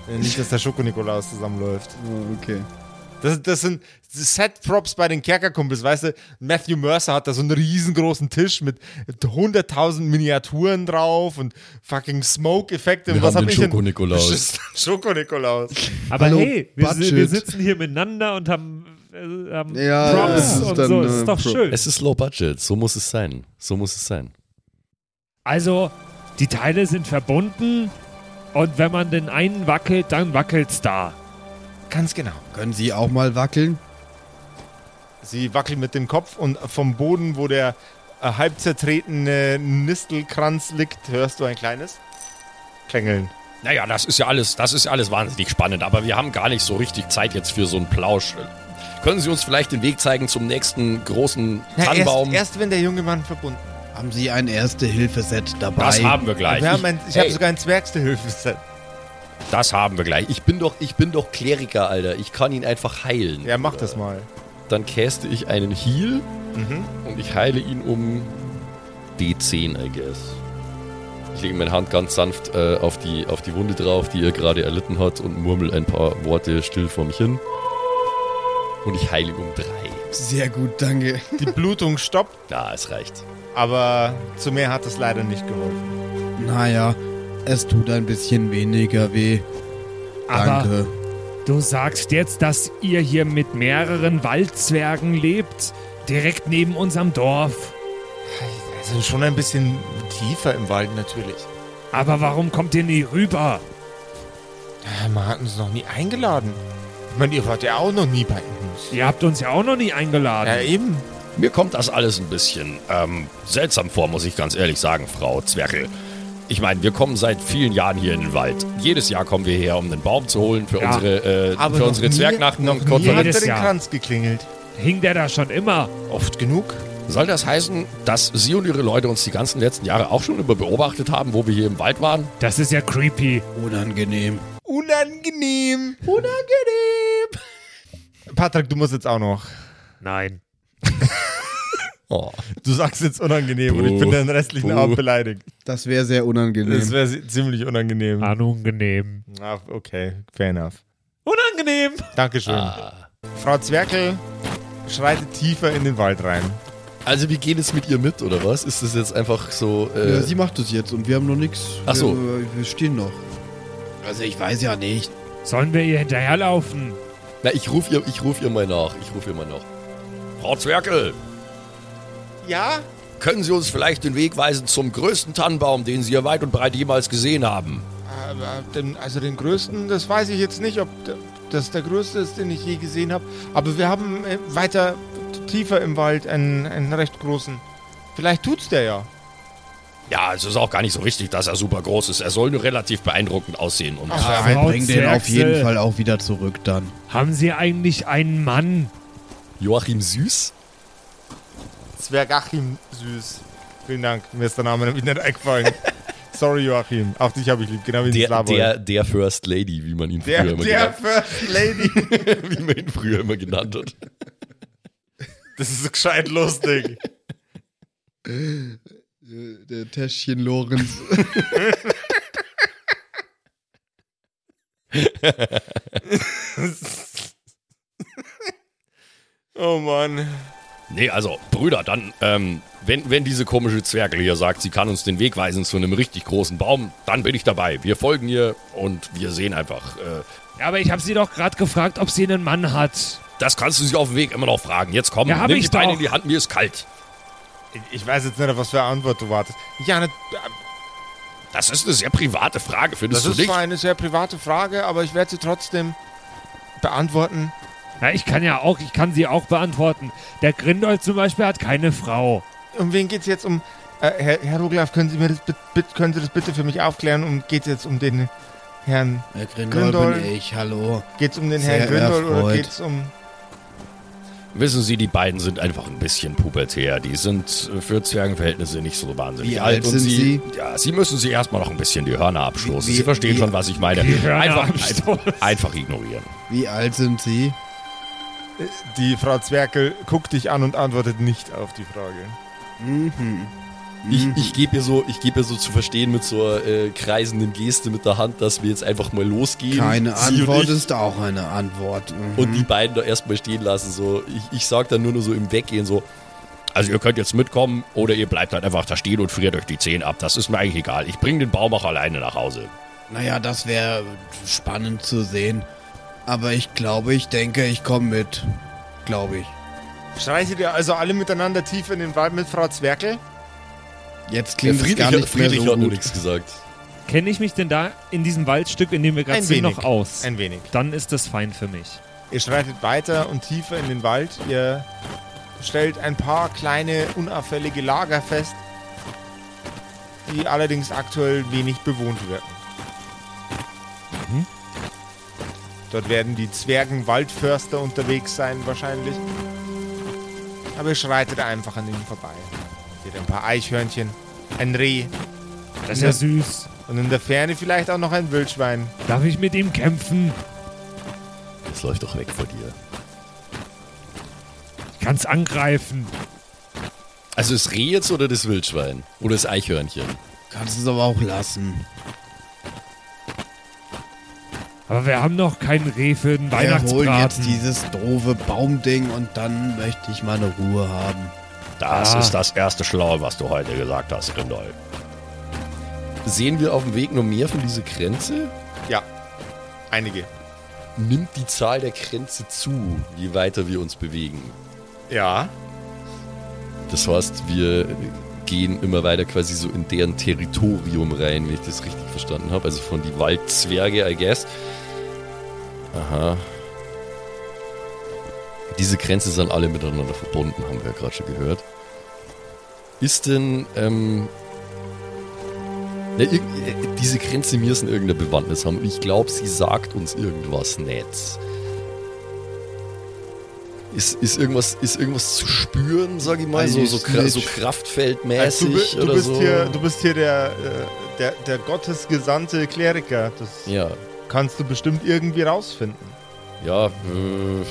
Speaker 9: Äh, Nicht, dass der Schoko-Nikolaus zusammenläuft.
Speaker 3: Oh, okay.
Speaker 9: Das, das sind Set-Props bei den Kerkerkumpels, weißt du? Matthew Mercer hat da so einen riesengroßen Tisch mit 100.000 Miniaturen drauf und fucking Smoke-Effekte.
Speaker 7: Wir
Speaker 9: und was
Speaker 7: haben den
Speaker 9: hab ich denn?
Speaker 7: Schoko-Nikolaus.
Speaker 9: Schoko-Nikolaus.
Speaker 11: Aber
Speaker 3: Hallo,
Speaker 11: hey, wir, si- wir
Speaker 3: Budget.
Speaker 11: sitzen hier miteinander und haben, äh, haben
Speaker 3: Ja,
Speaker 11: Props
Speaker 3: ja, das ist
Speaker 11: und
Speaker 3: dann,
Speaker 11: so. Das
Speaker 3: äh,
Speaker 11: ist doch
Speaker 3: Pro-
Speaker 11: schön.
Speaker 7: Es ist Low Budget, so muss es sein. So muss es sein.
Speaker 6: Also, die Teile sind verbunden und wenn man den einen wackelt, dann wackelt's da.
Speaker 9: Ganz genau.
Speaker 3: Können Sie auch mal wackeln?
Speaker 9: Sie wackelt mit dem Kopf und vom Boden, wo der äh, halb zertretene Nistelkranz liegt, hörst du ein kleines Klängeln.
Speaker 4: Naja, das ist ja alles, das ist ja alles wahnsinnig spannend, aber wir haben gar nicht so richtig Zeit jetzt für so einen Plausch. Können Sie uns vielleicht den Weg zeigen zum nächsten großen
Speaker 9: Na,
Speaker 4: Tannenbaum?
Speaker 9: erst, erst wenn der junge Mann verbunden ist.
Speaker 3: Haben Sie ein Erste-Hilfe-Set dabei?
Speaker 4: das haben wir gleich.
Speaker 9: Wir haben ein, ich habe
Speaker 4: Hey.
Speaker 9: sogar ein Zwergstehilfeset.
Speaker 4: Das haben wir gleich.
Speaker 7: Ich bin doch, ich bin doch Kleriker, Alter. Ich kann ihn einfach heilen.
Speaker 9: Ja, mach das mal.
Speaker 7: Dann caste ich einen Heal und ich heile ihn um D10, I guess.
Speaker 4: Ich lege meine Hand ganz sanft äh, auf, die, auf die Wunde drauf, die er gerade erlitten hat und murmel ein paar Worte still vor mich hin. Und ich heile ihn um drei.
Speaker 3: Sehr gut, danke.
Speaker 9: Die Blutung stoppt,
Speaker 4: Na, es reicht.
Speaker 9: aber zu mehr hat es leider nicht geholfen.
Speaker 3: Naja, es tut ein bisschen weniger weh.
Speaker 6: Aber
Speaker 3: Danke.
Speaker 6: du sagst jetzt, dass ihr hier mit mehreren Waldzwergen lebt, direkt neben unserem Dorf.
Speaker 9: Also schon ein bisschen tiefer im Wald natürlich.
Speaker 6: Aber warum kommt ihr nie rüber?
Speaker 9: Äh, Man hat uns noch nie eingeladen. Ich meine, ihr wart ja auch noch nie bei uns.
Speaker 6: Ihr habt uns ja auch noch nie eingeladen.
Speaker 9: Ja, eben.
Speaker 4: Mir kommt das alles ein bisschen ähm, seltsam vor, muss ich ganz ehrlich sagen, Frau Zwerchel. Ich meine, wir kommen seit vielen Jahren hier in den Wald. Jedes Jahr kommen wir her, um den Baum zu holen für
Speaker 6: Ja.
Speaker 4: unsere, äh, für
Speaker 9: noch
Speaker 4: unsere
Speaker 9: nie-
Speaker 4: Zwergnachten
Speaker 9: noch
Speaker 4: und
Speaker 9: nie hat
Speaker 4: Konferenzen.
Speaker 9: er
Speaker 6: Jedes
Speaker 9: den
Speaker 6: Jahr.
Speaker 9: Kranz geklingelt.
Speaker 6: Hing der da schon immer?
Speaker 9: Oft genug.
Speaker 4: Soll das heißen, dass Sie und Ihre Leute uns die ganzen letzten Jahre auch schon über beobachtet haben, wo wir hier im Wald waren?
Speaker 6: Das ist ja creepy.
Speaker 3: Unangenehm.
Speaker 9: Unangenehm. Unangenehm. Patrick, du musst jetzt auch noch.
Speaker 6: Nein.
Speaker 4: Oh.
Speaker 9: Du sagst jetzt unangenehm und ich bin den restlichen Abend beleidigt.
Speaker 3: Das wäre sehr
Speaker 9: Das
Speaker 3: unangenehm.
Speaker 9: wäre si- ziemlich unangenehm.
Speaker 6: Unangenehm.
Speaker 9: Ah, okay, fair enough.
Speaker 6: Unangenehm!
Speaker 9: Dankeschön.
Speaker 1: Ah.
Speaker 9: Frau Zwerkel schreitet tiefer in den Wald rein.
Speaker 7: Also wir gehen jetzt mit ihr mit, oder was? Ist das jetzt einfach so... Äh,
Speaker 3: ja, sie macht es jetzt und wir haben noch nichts.
Speaker 7: Ach so.
Speaker 3: Wir, wir stehen noch. Also ich weiß ja nicht.
Speaker 6: Sollen wir ihr hinterherlaufen?
Speaker 7: Na, ich rufe ihr, ich ruf ihr mal nach. Ich rufe ihr mal nach.
Speaker 4: Frau Zwerkel,
Speaker 9: Ja?
Speaker 4: können Sie uns vielleicht den Weg weisen zum größten Tannenbaum, den Sie hier weit und breit jemals gesehen haben?
Speaker 9: Aber den, also den größten, das weiß ich jetzt nicht, ob d- das der größte ist, den ich je gesehen habe. Aber wir haben äh, weiter t- tiefer im Wald einen, einen recht großen.
Speaker 1: Vielleicht tut's der ja.
Speaker 4: Ja, also es ist auch gar nicht so richtig, dass er super groß ist. Er soll nur relativ beeindruckend aussehen. Und
Speaker 3: Ja,
Speaker 6: Frau
Speaker 3: Ah, wir bringen den auf
Speaker 6: Zerxel.
Speaker 3: jeden Fall auch wieder zurück dann.
Speaker 6: Haben Sie eigentlich einen Mann?
Speaker 7: Joachim Süß?
Speaker 1: Zwergachim süß. Vielen Dank. Mir ist der Name nämlich nicht eingefallen. Sorry, Joachim. Auch dich habe ich lieb. Genau wie den
Speaker 7: Der,
Speaker 1: Slavoj.
Speaker 7: der, der First Lady, wie man ihn früher,
Speaker 1: der,
Speaker 7: immer,
Speaker 1: der
Speaker 7: genannt,
Speaker 1: First Lady.
Speaker 7: wie man ihn früher immer genannt hat.
Speaker 1: Das ist gescheit lustig.
Speaker 3: Der Täschchen Lorenz.
Speaker 1: Oh Mann.
Speaker 4: Nee, also, Brüder, dann, ähm, wenn, wenn diese komische Zwergel hier sagt, sie kann uns den Weg weisen zu einem richtig großen Baum, dann bin ich dabei. Wir folgen ihr und wir sehen einfach. Äh,
Speaker 6: Ja, aber ich habe Sie doch gerade gefragt, ob sie einen Mann hat.
Speaker 4: das kannst du sie auf dem Weg immer noch fragen. Jetzt komm,
Speaker 6: Ja, hab
Speaker 4: nimm die
Speaker 6: ich
Speaker 4: Beine
Speaker 6: doch.
Speaker 4: in die Hand, mir ist kalt.
Speaker 1: Ich- Ich weiß jetzt nicht, auf was für eine Antwort du wartest. Ja, ne,
Speaker 4: Das ist eine sehr private Frage,
Speaker 1: das
Speaker 4: findest
Speaker 1: ist
Speaker 4: du nicht?
Speaker 1: zwar eine sehr private Frage, aber ich werde sie trotzdem beantworten.
Speaker 6: Na, ich kann ja auch, ich kann sie auch beantworten. Der Grindol zum Beispiel hat keine Frau.
Speaker 1: Um wen geht's jetzt um? Äh, Herr, Herr Roglaf, können Sie mir das, bit- bit- können Sie das bitte für mich aufklären? Um geht's jetzt um den Herrn?
Speaker 3: Herr
Speaker 1: Grindol.
Speaker 3: Grindol bin ich, hallo.
Speaker 1: Geht's um den
Speaker 3: Sehr
Speaker 1: Herrn Grindel oder
Speaker 3: erfreut.
Speaker 1: geht's um?
Speaker 4: Wissen Sie, die beiden sind einfach ein bisschen pubertär. Die sind äh, für Zwergenverhältnisse nicht so wahnsinnig
Speaker 3: Wie alt
Speaker 4: und
Speaker 3: sind
Speaker 4: sie, Ja, Sie müssen sie erstmal noch ein bisschen die Hörner abstoßen.
Speaker 3: Wie-
Speaker 4: sie verstehen
Speaker 3: wie-
Speaker 4: schon, was ich meine.
Speaker 6: Hörner
Speaker 4: Einfach,
Speaker 6: abstoßen.
Speaker 4: einfach, einfach ignorieren.
Speaker 3: Wie alt sind Sie?
Speaker 1: Die Frau Zwerkel guckt dich an und antwortet nicht auf die Frage.
Speaker 3: Mhm.
Speaker 7: Ich,
Speaker 3: Mhm.
Speaker 7: ich gebe ihr, so, ich geb ihr so zu verstehen mit so einer äh, kreisenden Geste mit der Hand, dass wir jetzt einfach mal losgehen.
Speaker 3: Keine
Speaker 7: Sie und
Speaker 3: Antwort
Speaker 7: ich.
Speaker 3: ist auch eine Antwort. Mhm.
Speaker 7: Und die beiden da erstmal stehen lassen. So. Ich, ich sag dann nur, nur so im Weggehen so,
Speaker 4: Also ihr könnt jetzt mitkommen oder ihr bleibt halt einfach da stehen und friert euch die Zehen ab. Das ist mir eigentlich egal. Ich bringe den Baum auch alleine nach Hause.
Speaker 3: naja, das wäre spannend zu sehen. Aber ich glaube, ich denke, ich komme mit. Glaube ich.
Speaker 1: Schreitet ihr also alle miteinander tief in den Wald mit Frau Zwerkel?
Speaker 3: Jetzt
Speaker 7: Der
Speaker 3: klingt es
Speaker 7: Friedrich,
Speaker 3: gar
Speaker 7: hat,
Speaker 3: nicht mehr
Speaker 7: Friedrich
Speaker 3: so
Speaker 7: hat nur
Speaker 3: gut.
Speaker 7: nichts gesagt.
Speaker 6: Kenne ich mich denn da in diesem Waldstück, in dem wir gerade
Speaker 1: Ein
Speaker 6: sind,
Speaker 1: wenig.
Speaker 6: noch aus?
Speaker 1: Ein wenig.
Speaker 6: Dann ist das fein für mich.
Speaker 1: Ihr schreitet weiter und tiefer in den Wald. Ihr stellt ein paar kleine, unauffällige Lager fest, die allerdings aktuell wenig bewohnt werden. Mhm. Dort werden die Zwergen-Waldförster unterwegs sein, wahrscheinlich. Aber ihr schreitet einfach an ihnen vorbei. Seht ein paar Eichhörnchen, ein Reh
Speaker 6: Das ist ja süß.
Speaker 1: und in der Ferne vielleicht auch noch ein Wildschwein.
Speaker 6: Darf ich mit ihm kämpfen?
Speaker 7: Das läuft doch weg vor dir.
Speaker 6: Ich kann's angreifen.
Speaker 7: Also das Reh jetzt oder das Wildschwein? Oder das Eichhörnchen?
Speaker 3: Kannst es aber auch lassen.
Speaker 6: Aber wir haben noch kein Reh für den
Speaker 3: Wir holen jetzt
Speaker 6: Weihnachtsbraten.
Speaker 3: dieses doofe Baumding und dann möchte ich meine Ruhe haben.
Speaker 4: Das
Speaker 6: Ah.
Speaker 4: ist das erste Schlaue, was du heute gesagt hast, Grindol.
Speaker 7: Sehen wir auf dem Weg noch mehr von dieser Grenze?
Speaker 1: Ja, einige.
Speaker 7: Nimmt die Zahl der Grenze zu, je weiter wir uns bewegen.
Speaker 1: Ja.
Speaker 7: Das heißt, wir gehen immer weiter quasi so in deren Territorium rein, wenn ich das richtig verstanden habe. Also von die Waldzwerge, I guess. Aha. Diese Grenzen sind alle miteinander verbunden, haben wir ja gerade schon gehört. Ist denn, ähm, ne, irg- äh, diese Grenze mir ist in irgendeiner Bewandtnis haben. Ich glaube, sie sagt uns irgendwas nicht. Ist, ist, irgendwas, ist irgendwas zu spüren, sag ich mal, so, so, kra so
Speaker 1: Also
Speaker 7: kraftfeldmäßig
Speaker 1: du, bi- du,
Speaker 7: oder
Speaker 1: bist
Speaker 7: so?
Speaker 1: hier, du bist hier der, äh, der, der gottesgesandte Kleriker. Das
Speaker 7: ja,
Speaker 1: kannst du bestimmt irgendwie rausfinden.
Speaker 7: ja. Äh,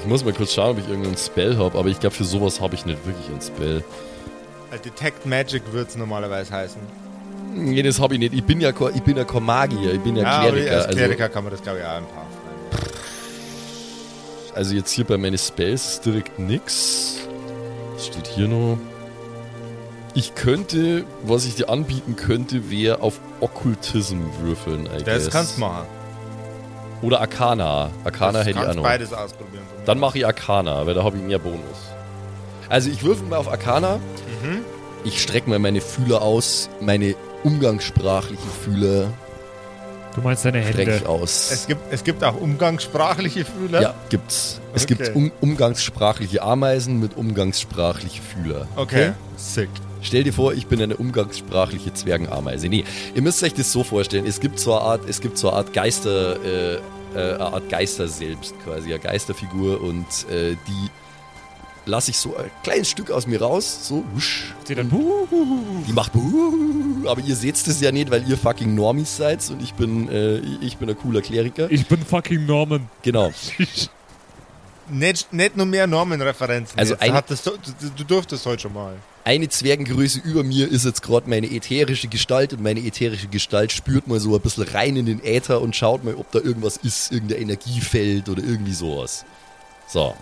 Speaker 7: ich muss mal kurz schauen, ob ich irgendeinen Spell habe, aber ich glaube, für sowas habe ich nicht wirklich einen Spell.
Speaker 1: Äh, Detect Magic wird es normalerweise heißen.
Speaker 7: Nee, das habe ich nicht. Ich bin ja, kein- ich bin ja kein Magier, ich bin ja,
Speaker 1: Ja, aber
Speaker 7: Kleriker.
Speaker 1: als
Speaker 7: Also,
Speaker 1: Kleriker kann man das, glaube ich, auch ein paar.
Speaker 7: also jetzt hier bei meinen Spells ist direkt nix. Was steht hier noch? Ich könnte, was ich dir anbieten könnte, wäre auf Okkultism würfeln, I
Speaker 1: Das
Speaker 7: guess.
Speaker 1: kannst du machen.
Speaker 7: Oder Arcana. Arcana
Speaker 1: das
Speaker 7: hätte ich auch
Speaker 1: kannst
Speaker 7: noch.
Speaker 1: beides ausprobieren. von mir.
Speaker 7: Dann mache ich Arcana, weil da habe ich mehr Bonus. Also ich würfel mal auf Arcana.
Speaker 2: Mhm.
Speaker 7: Ich strecke mal meine Fühler aus, meine umgangssprachlichen Fühler.
Speaker 6: Du meinst deine Hände.
Speaker 7: Dreckig aus.
Speaker 2: Es gibt, es gibt auch umgangssprachliche Fühler.
Speaker 7: ja, gibt's. Es
Speaker 2: Okay.
Speaker 7: gibt um, umgangssprachliche Ameisen mit umgangssprachliche Fühler.
Speaker 2: Okay. Sick.
Speaker 7: Stell dir vor, ich bin eine umgangssprachliche Zwergenameise. Nee, ihr müsst euch das so vorstellen. Es gibt so eine Art, es gibt so eine Art Geister, äh, äh, eine Art Geister selbst quasi, eine Geisterfigur und äh, die lasse ich so ein kleines Stück aus mir raus, so wusch,
Speaker 6: Sie dann, "Huhuhu."
Speaker 7: die macht Buh, aber ihr seht es ja nicht, weil ihr fucking Normies seid und ich bin äh, ich bin ein cooler Kleriker.
Speaker 6: ich bin fucking Norman.
Speaker 7: Genau.
Speaker 2: Nicht, nicht nur mehr Normenreferenzen.
Speaker 7: Also
Speaker 2: jetzt.
Speaker 7: ein-
Speaker 2: Hat das, du, du du durftest heute schon mal.
Speaker 7: Eine Zwergengröße über mir ist jetzt gerade meine ätherische Gestalt und meine ätherische Gestalt spürt mal so ein bisschen rein in den Äther und schaut mal, ob da irgendwas ist, irgendein Energiefeld oder irgendwie sowas. So.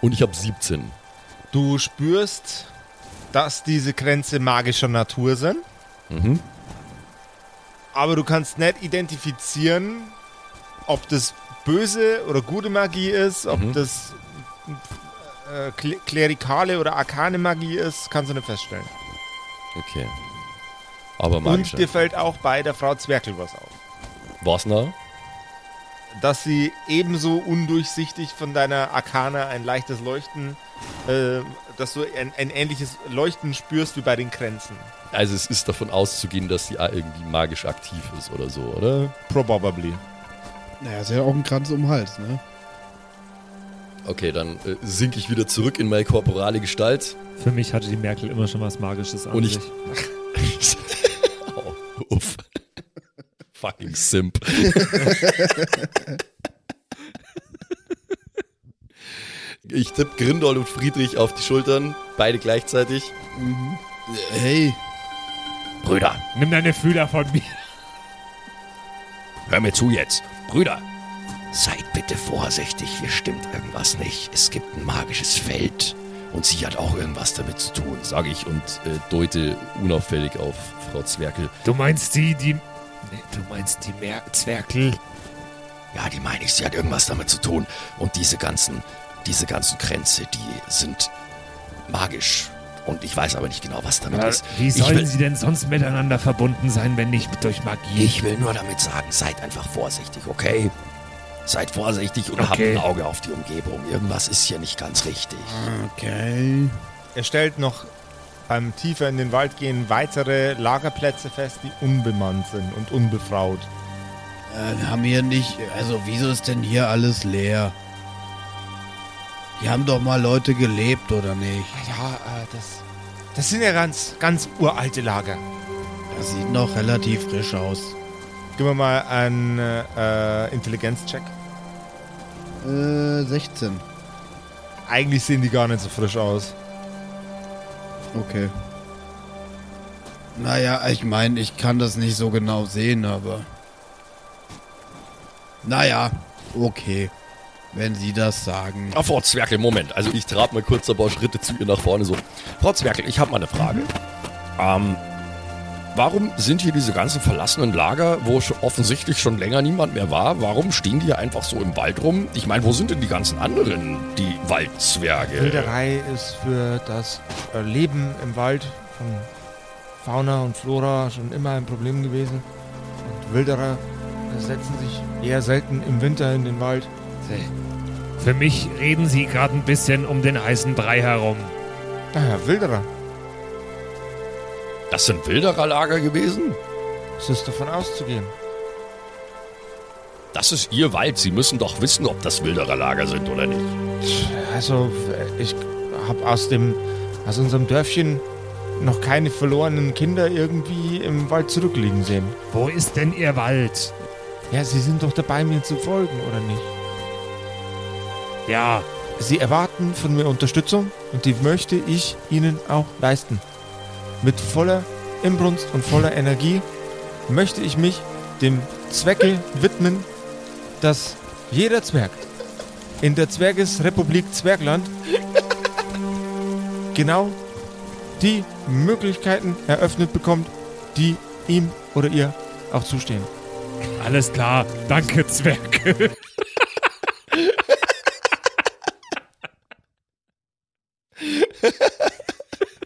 Speaker 7: Und ich habe 17.
Speaker 2: Du spürst, dass diese Grenze magischer Natur sind.
Speaker 7: Mhm.
Speaker 2: aber du kannst nicht identifizieren, ob das böse oder gute Magie ist, ob
Speaker 7: Mhm.
Speaker 2: das äh, kle- klerikale oder arkane Magie ist, kannst du nicht feststellen.
Speaker 7: Okay. Aber
Speaker 2: Und dir
Speaker 7: manche.
Speaker 2: fällt auch bei der Frau Zwerkel was auf.
Speaker 7: Was na?
Speaker 2: Dass sie ebenso undurchsichtig von deiner Arkane ein leichtes Leuchten, äh, dass du ein, ein ähnliches Leuchten spürst wie bei den Grenzen.
Speaker 7: Also es ist davon auszugehen, dass sie auch irgendwie magisch aktiv ist oder so, oder?
Speaker 2: Probably.
Speaker 3: Naja, ist ja auch ein Kranz um den Hals, ne?
Speaker 7: Okay, dann äh, sink ich wieder zurück in meine korporale Gestalt.
Speaker 6: Für mich hatte die Merkel immer schon was Magisches an
Speaker 7: Und ich-
Speaker 6: sich.
Speaker 7: Au, uff. Fucking Simp. ich tippe Grindol und Friedrich auf die Schultern, beide gleichzeitig.
Speaker 3: Hey,
Speaker 4: Brüder,
Speaker 6: Nimm deine Fühler von mir.
Speaker 4: hör mir zu jetzt. Brüder, seid bitte vorsichtig, hier stimmt irgendwas nicht. Es gibt ein magisches Feld und sie hat auch irgendwas damit zu tun.
Speaker 7: Sage ich und äh, deute unauffällig auf Frau Zwerkel.
Speaker 6: Du meinst die, die. Nee, du meinst die Mer Zwerkel.
Speaker 4: Ja, die meine ich, sie hat irgendwas damit zu tun. Und diese ganzen, diese ganzen Grenze, die sind magisch. Und ich weiß aber nicht genau, was damit ist.
Speaker 6: Wie
Speaker 4: sollen will-
Speaker 6: sie denn sonst miteinander verbunden sein, wenn nicht durch Magie?
Speaker 4: Ich will nur damit sagen, seid einfach vorsichtig, okay? Seid vorsichtig und habt
Speaker 6: Okay.
Speaker 4: ein Auge auf die Umgebung. Irgendwas ist hier nicht ganz richtig.
Speaker 3: okay.
Speaker 2: Er stellt noch beim tiefer in den Wald gehen weitere Lagerplätze fest, die unbemannt sind und unbefraut.
Speaker 3: Äh, haben hier nicht. Also, wieso ist denn hier alles leer? Hier haben doch mal Leute gelebt, oder nicht?
Speaker 2: Ja, äh, das, das sind ja ganz, ganz uralte Lager.
Speaker 3: Das sieht noch relativ frisch aus.
Speaker 2: Gib mir mal einen äh, Intelligenzcheck.
Speaker 3: Äh, 16.
Speaker 2: Eigentlich sehen die gar nicht so frisch aus.
Speaker 3: Okay. Naja, ich meine, ich kann das nicht so genau sehen, aber. Naja, okay. Wenn Sie das sagen.
Speaker 7: Ah, Frau Zwerkel, Moment. Also ich trab mal kurz ein paar Schritte zu ihr nach vorne so.
Speaker 4: Frau Zwerkel, ich habe mal eine Frage. Ähm, warum sind hier diese ganzen verlassenen Lager, wo sch- offensichtlich schon länger niemand mehr war, warum stehen die hier einfach so im Wald rum? Ich meine, wo sind denn die ganzen anderen, die Waldzwerge?
Speaker 2: Wilderei ist für das äh, Leben im Wald von Fauna und Flora schon immer ein Problem gewesen. Und Wilderer äh, setzen sich eher selten im Winter in den Wald.
Speaker 6: Für mich reden sie gerade ein bisschen um den heißen Brei herum.
Speaker 2: Naja, Ah Wilderer.
Speaker 4: Das sind Wildererlager gewesen?
Speaker 2: Es ist davon auszugehen.
Speaker 4: Das ist Ihr Wald. Sie müssen doch wissen, ob das Wildererlager sind oder nicht.
Speaker 2: Also, ich habe aus dem, aus unserem Dörfchen noch keine verlorenen Kinder irgendwie im Wald zurückliegen sehen.
Speaker 6: Wo ist denn ihr Wald?
Speaker 2: Ja, Sie sind doch dabei, mir zu folgen, oder nicht?
Speaker 6: Ja,
Speaker 2: Sie erwarten von mir Unterstützung und die möchte ich Ihnen auch leisten. Mit voller Inbrunst und voller Energie möchte ich mich dem Zwecke widmen, dass jeder Zwerg in der Zwergesrepublik Zwergland genau die Möglichkeiten eröffnet bekommt, die ihm oder ihr auch zustehen.
Speaker 6: alles klar. Danke, Zwerg.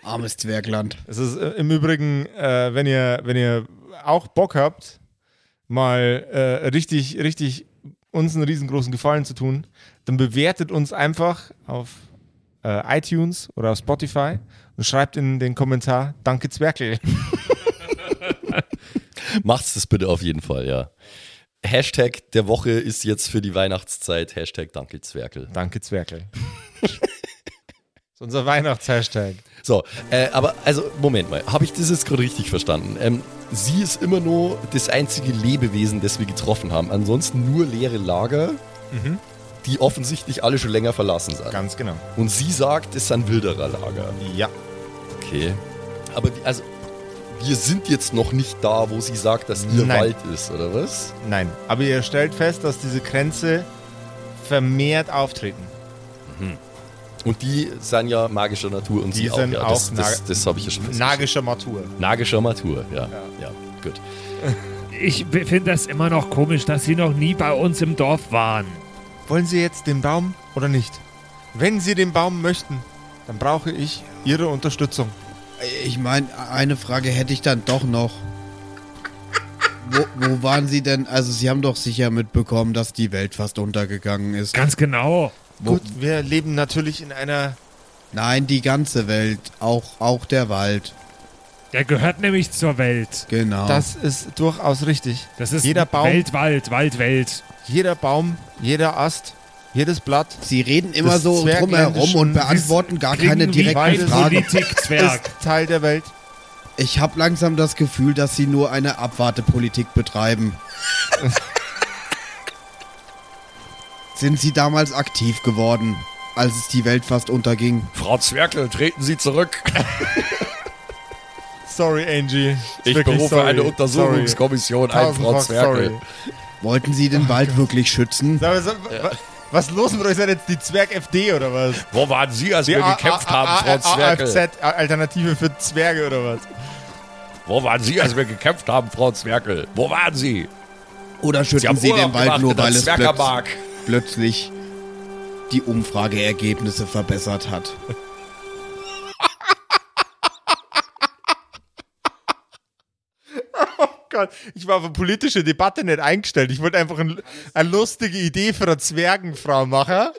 Speaker 3: Armes Zwergland.
Speaker 2: Es ist äh, im Übrigen, äh, wenn, ihr, wenn ihr auch Bock habt,
Speaker 1: mal äh, richtig, richtig uns einen riesengroßen Gefallen zu tun, dann bewertet uns einfach auf äh, iTunes oder auf Spotify und schreibt in den Kommentar Danke Zwerkel.
Speaker 7: Macht's das bitte auf jeden Fall, ja. Hashtag der Woche ist jetzt für die Weihnachtszeit Hashtag Dankelzwerkel.
Speaker 1: Danke Zwerkel. das ist unser Weihnachtshashtag.
Speaker 7: So, äh, aber also, Moment mal, habe ich das jetzt gerade richtig verstanden? Ähm, sie ist immer nur das einzige Lebewesen, das wir getroffen haben. Ansonsten nur leere Lager,
Speaker 1: Mhm.
Speaker 7: die offensichtlich alle schon länger verlassen sind.
Speaker 1: Ganz genau.
Speaker 7: Und sie sagt, es sind wilderer Lager.
Speaker 1: Ja.
Speaker 7: Okay. Aber wie- also, wir sind jetzt noch nicht da, wo sie sagt, dass ihr
Speaker 1: Nein.
Speaker 7: Wald ist, oder was?
Speaker 1: Nein, aber ihr stellt fest, dass diese Grenze vermehrt auftreten.
Speaker 7: Und die sind ja magischer Natur und
Speaker 1: Die
Speaker 7: sie
Speaker 1: sind
Speaker 7: auch. Ja, das
Speaker 1: auch
Speaker 7: das,
Speaker 1: nag-
Speaker 7: das habe ich ja schon festgestellt.
Speaker 1: Nagischer Matur.
Speaker 7: Nagischer Natur, ja. ja. gut.
Speaker 6: Ich finde das immer noch komisch, dass sie noch nie bei uns im Dorf waren.
Speaker 1: Wollen Sie jetzt den Baum oder nicht? Wenn Sie den Baum möchten, dann brauche ich Ihre Unterstützung.
Speaker 3: Ich meine, eine Frage hätte ich dann doch noch. Wo, wo waren Sie denn? Also, Sie haben doch sicher mitbekommen, dass die Welt fast untergegangen ist.
Speaker 6: Ganz genau.
Speaker 3: Wo-
Speaker 1: Gut, wir leben natürlich in einer.
Speaker 3: Nein, die ganze Welt. Auch, auch der Wald.
Speaker 6: Der gehört nämlich zur Welt.
Speaker 3: Genau.
Speaker 1: Das ist durchaus richtig.
Speaker 6: Das ist
Speaker 1: Jeder Baum-
Speaker 6: Welt, Wald, Wald, Welt.
Speaker 1: Jeder Baum, jeder Ast, jedes Blatt
Speaker 3: Sie reden immer
Speaker 1: Das
Speaker 3: so
Speaker 1: Zwergländische
Speaker 3: drumherum und beantworten gar
Speaker 6: Klingen
Speaker 3: keine
Speaker 6: wie
Speaker 3: direkten
Speaker 6: ein
Speaker 3: Fragen.
Speaker 6: Politikzwerg.
Speaker 1: ist Teil der Welt.
Speaker 3: Ich habe langsam das Gefühl, dass Sie nur eine Abwartepolitik betreiben. Sind Sie damals aktiv geworden, als es die Welt fast unterging?
Speaker 4: Frau Zwerkel, treten Sie zurück.
Speaker 1: Sorry, Angie.
Speaker 4: Ich
Speaker 1: Wirklich
Speaker 4: berufe
Speaker 1: sorry.
Speaker 4: eine
Speaker 1: Sorry.
Speaker 4: Untersuchungskommission ein, Frau
Speaker 1: Tausendfach
Speaker 4: Zwerkel.
Speaker 1: sorry.
Speaker 3: Wollten Sie den Wald wirklich schützen?
Speaker 1: Sag mal, so, wa- Was ist los mit euch? Seid jetzt die Zwerg-FD oder was?
Speaker 4: Wo waren Sie, als wir
Speaker 1: A-
Speaker 4: gekämpft
Speaker 1: A-
Speaker 4: haben,
Speaker 1: A-
Speaker 4: Frau Zwerkel?
Speaker 1: AFZ, Alternative für Zwerge oder was?
Speaker 4: Wo waren Sie, als wir gekämpft haben, Frau Zwerkel? Wo waren Sie?
Speaker 3: Oder
Speaker 4: Sie
Speaker 3: schützen
Speaker 4: haben
Speaker 3: Sie
Speaker 4: Urlaub
Speaker 3: den Wald
Speaker 4: gemacht
Speaker 3: nur,
Speaker 4: in der
Speaker 3: weil es plötz
Speaker 4: Zwerkermark.
Speaker 3: plötzlich die Umfrageergebnisse verbessert hat?
Speaker 1: Gott, ich war auf eine politische Debatte nicht eingestellt. Ich wollte einfach ein, eine lustige Idee für eine Zwergenfrau machen.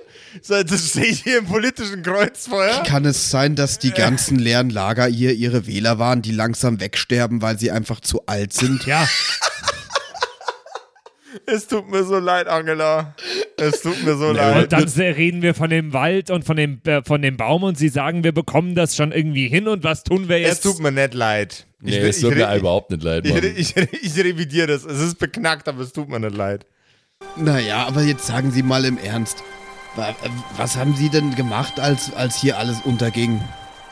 Speaker 1: So, jetzt stehe ich hier im politischen Kreuzfeuer.
Speaker 3: Kann es sein, dass
Speaker 4: Äh.
Speaker 3: die ganzen leeren Lager hier ihre Wähler waren, die langsam wegsterben, weil sie einfach zu alt sind?
Speaker 6: Ja,
Speaker 1: Es tut mir so leid, Angela. Es tut mir so leid.
Speaker 6: und dann se- reden wir von dem Wald und von dem, äh, von dem Baum und sie sagen, wir bekommen das schon irgendwie hin und was tun wir
Speaker 1: Es
Speaker 6: jetzt?
Speaker 1: tut mir nicht leid.
Speaker 7: Nee,
Speaker 1: ich,
Speaker 7: es tut
Speaker 1: ich,
Speaker 7: mir
Speaker 1: ich,
Speaker 7: überhaupt nicht leid, Mann.
Speaker 1: ich, ich, ich revidiere das. Es ist beknackt, aber es tut mir nicht leid.
Speaker 3: Naja, aber jetzt sagen Sie mal im Ernst. wa- äh, Was haben Sie denn gemacht, als, als hier alles unterging?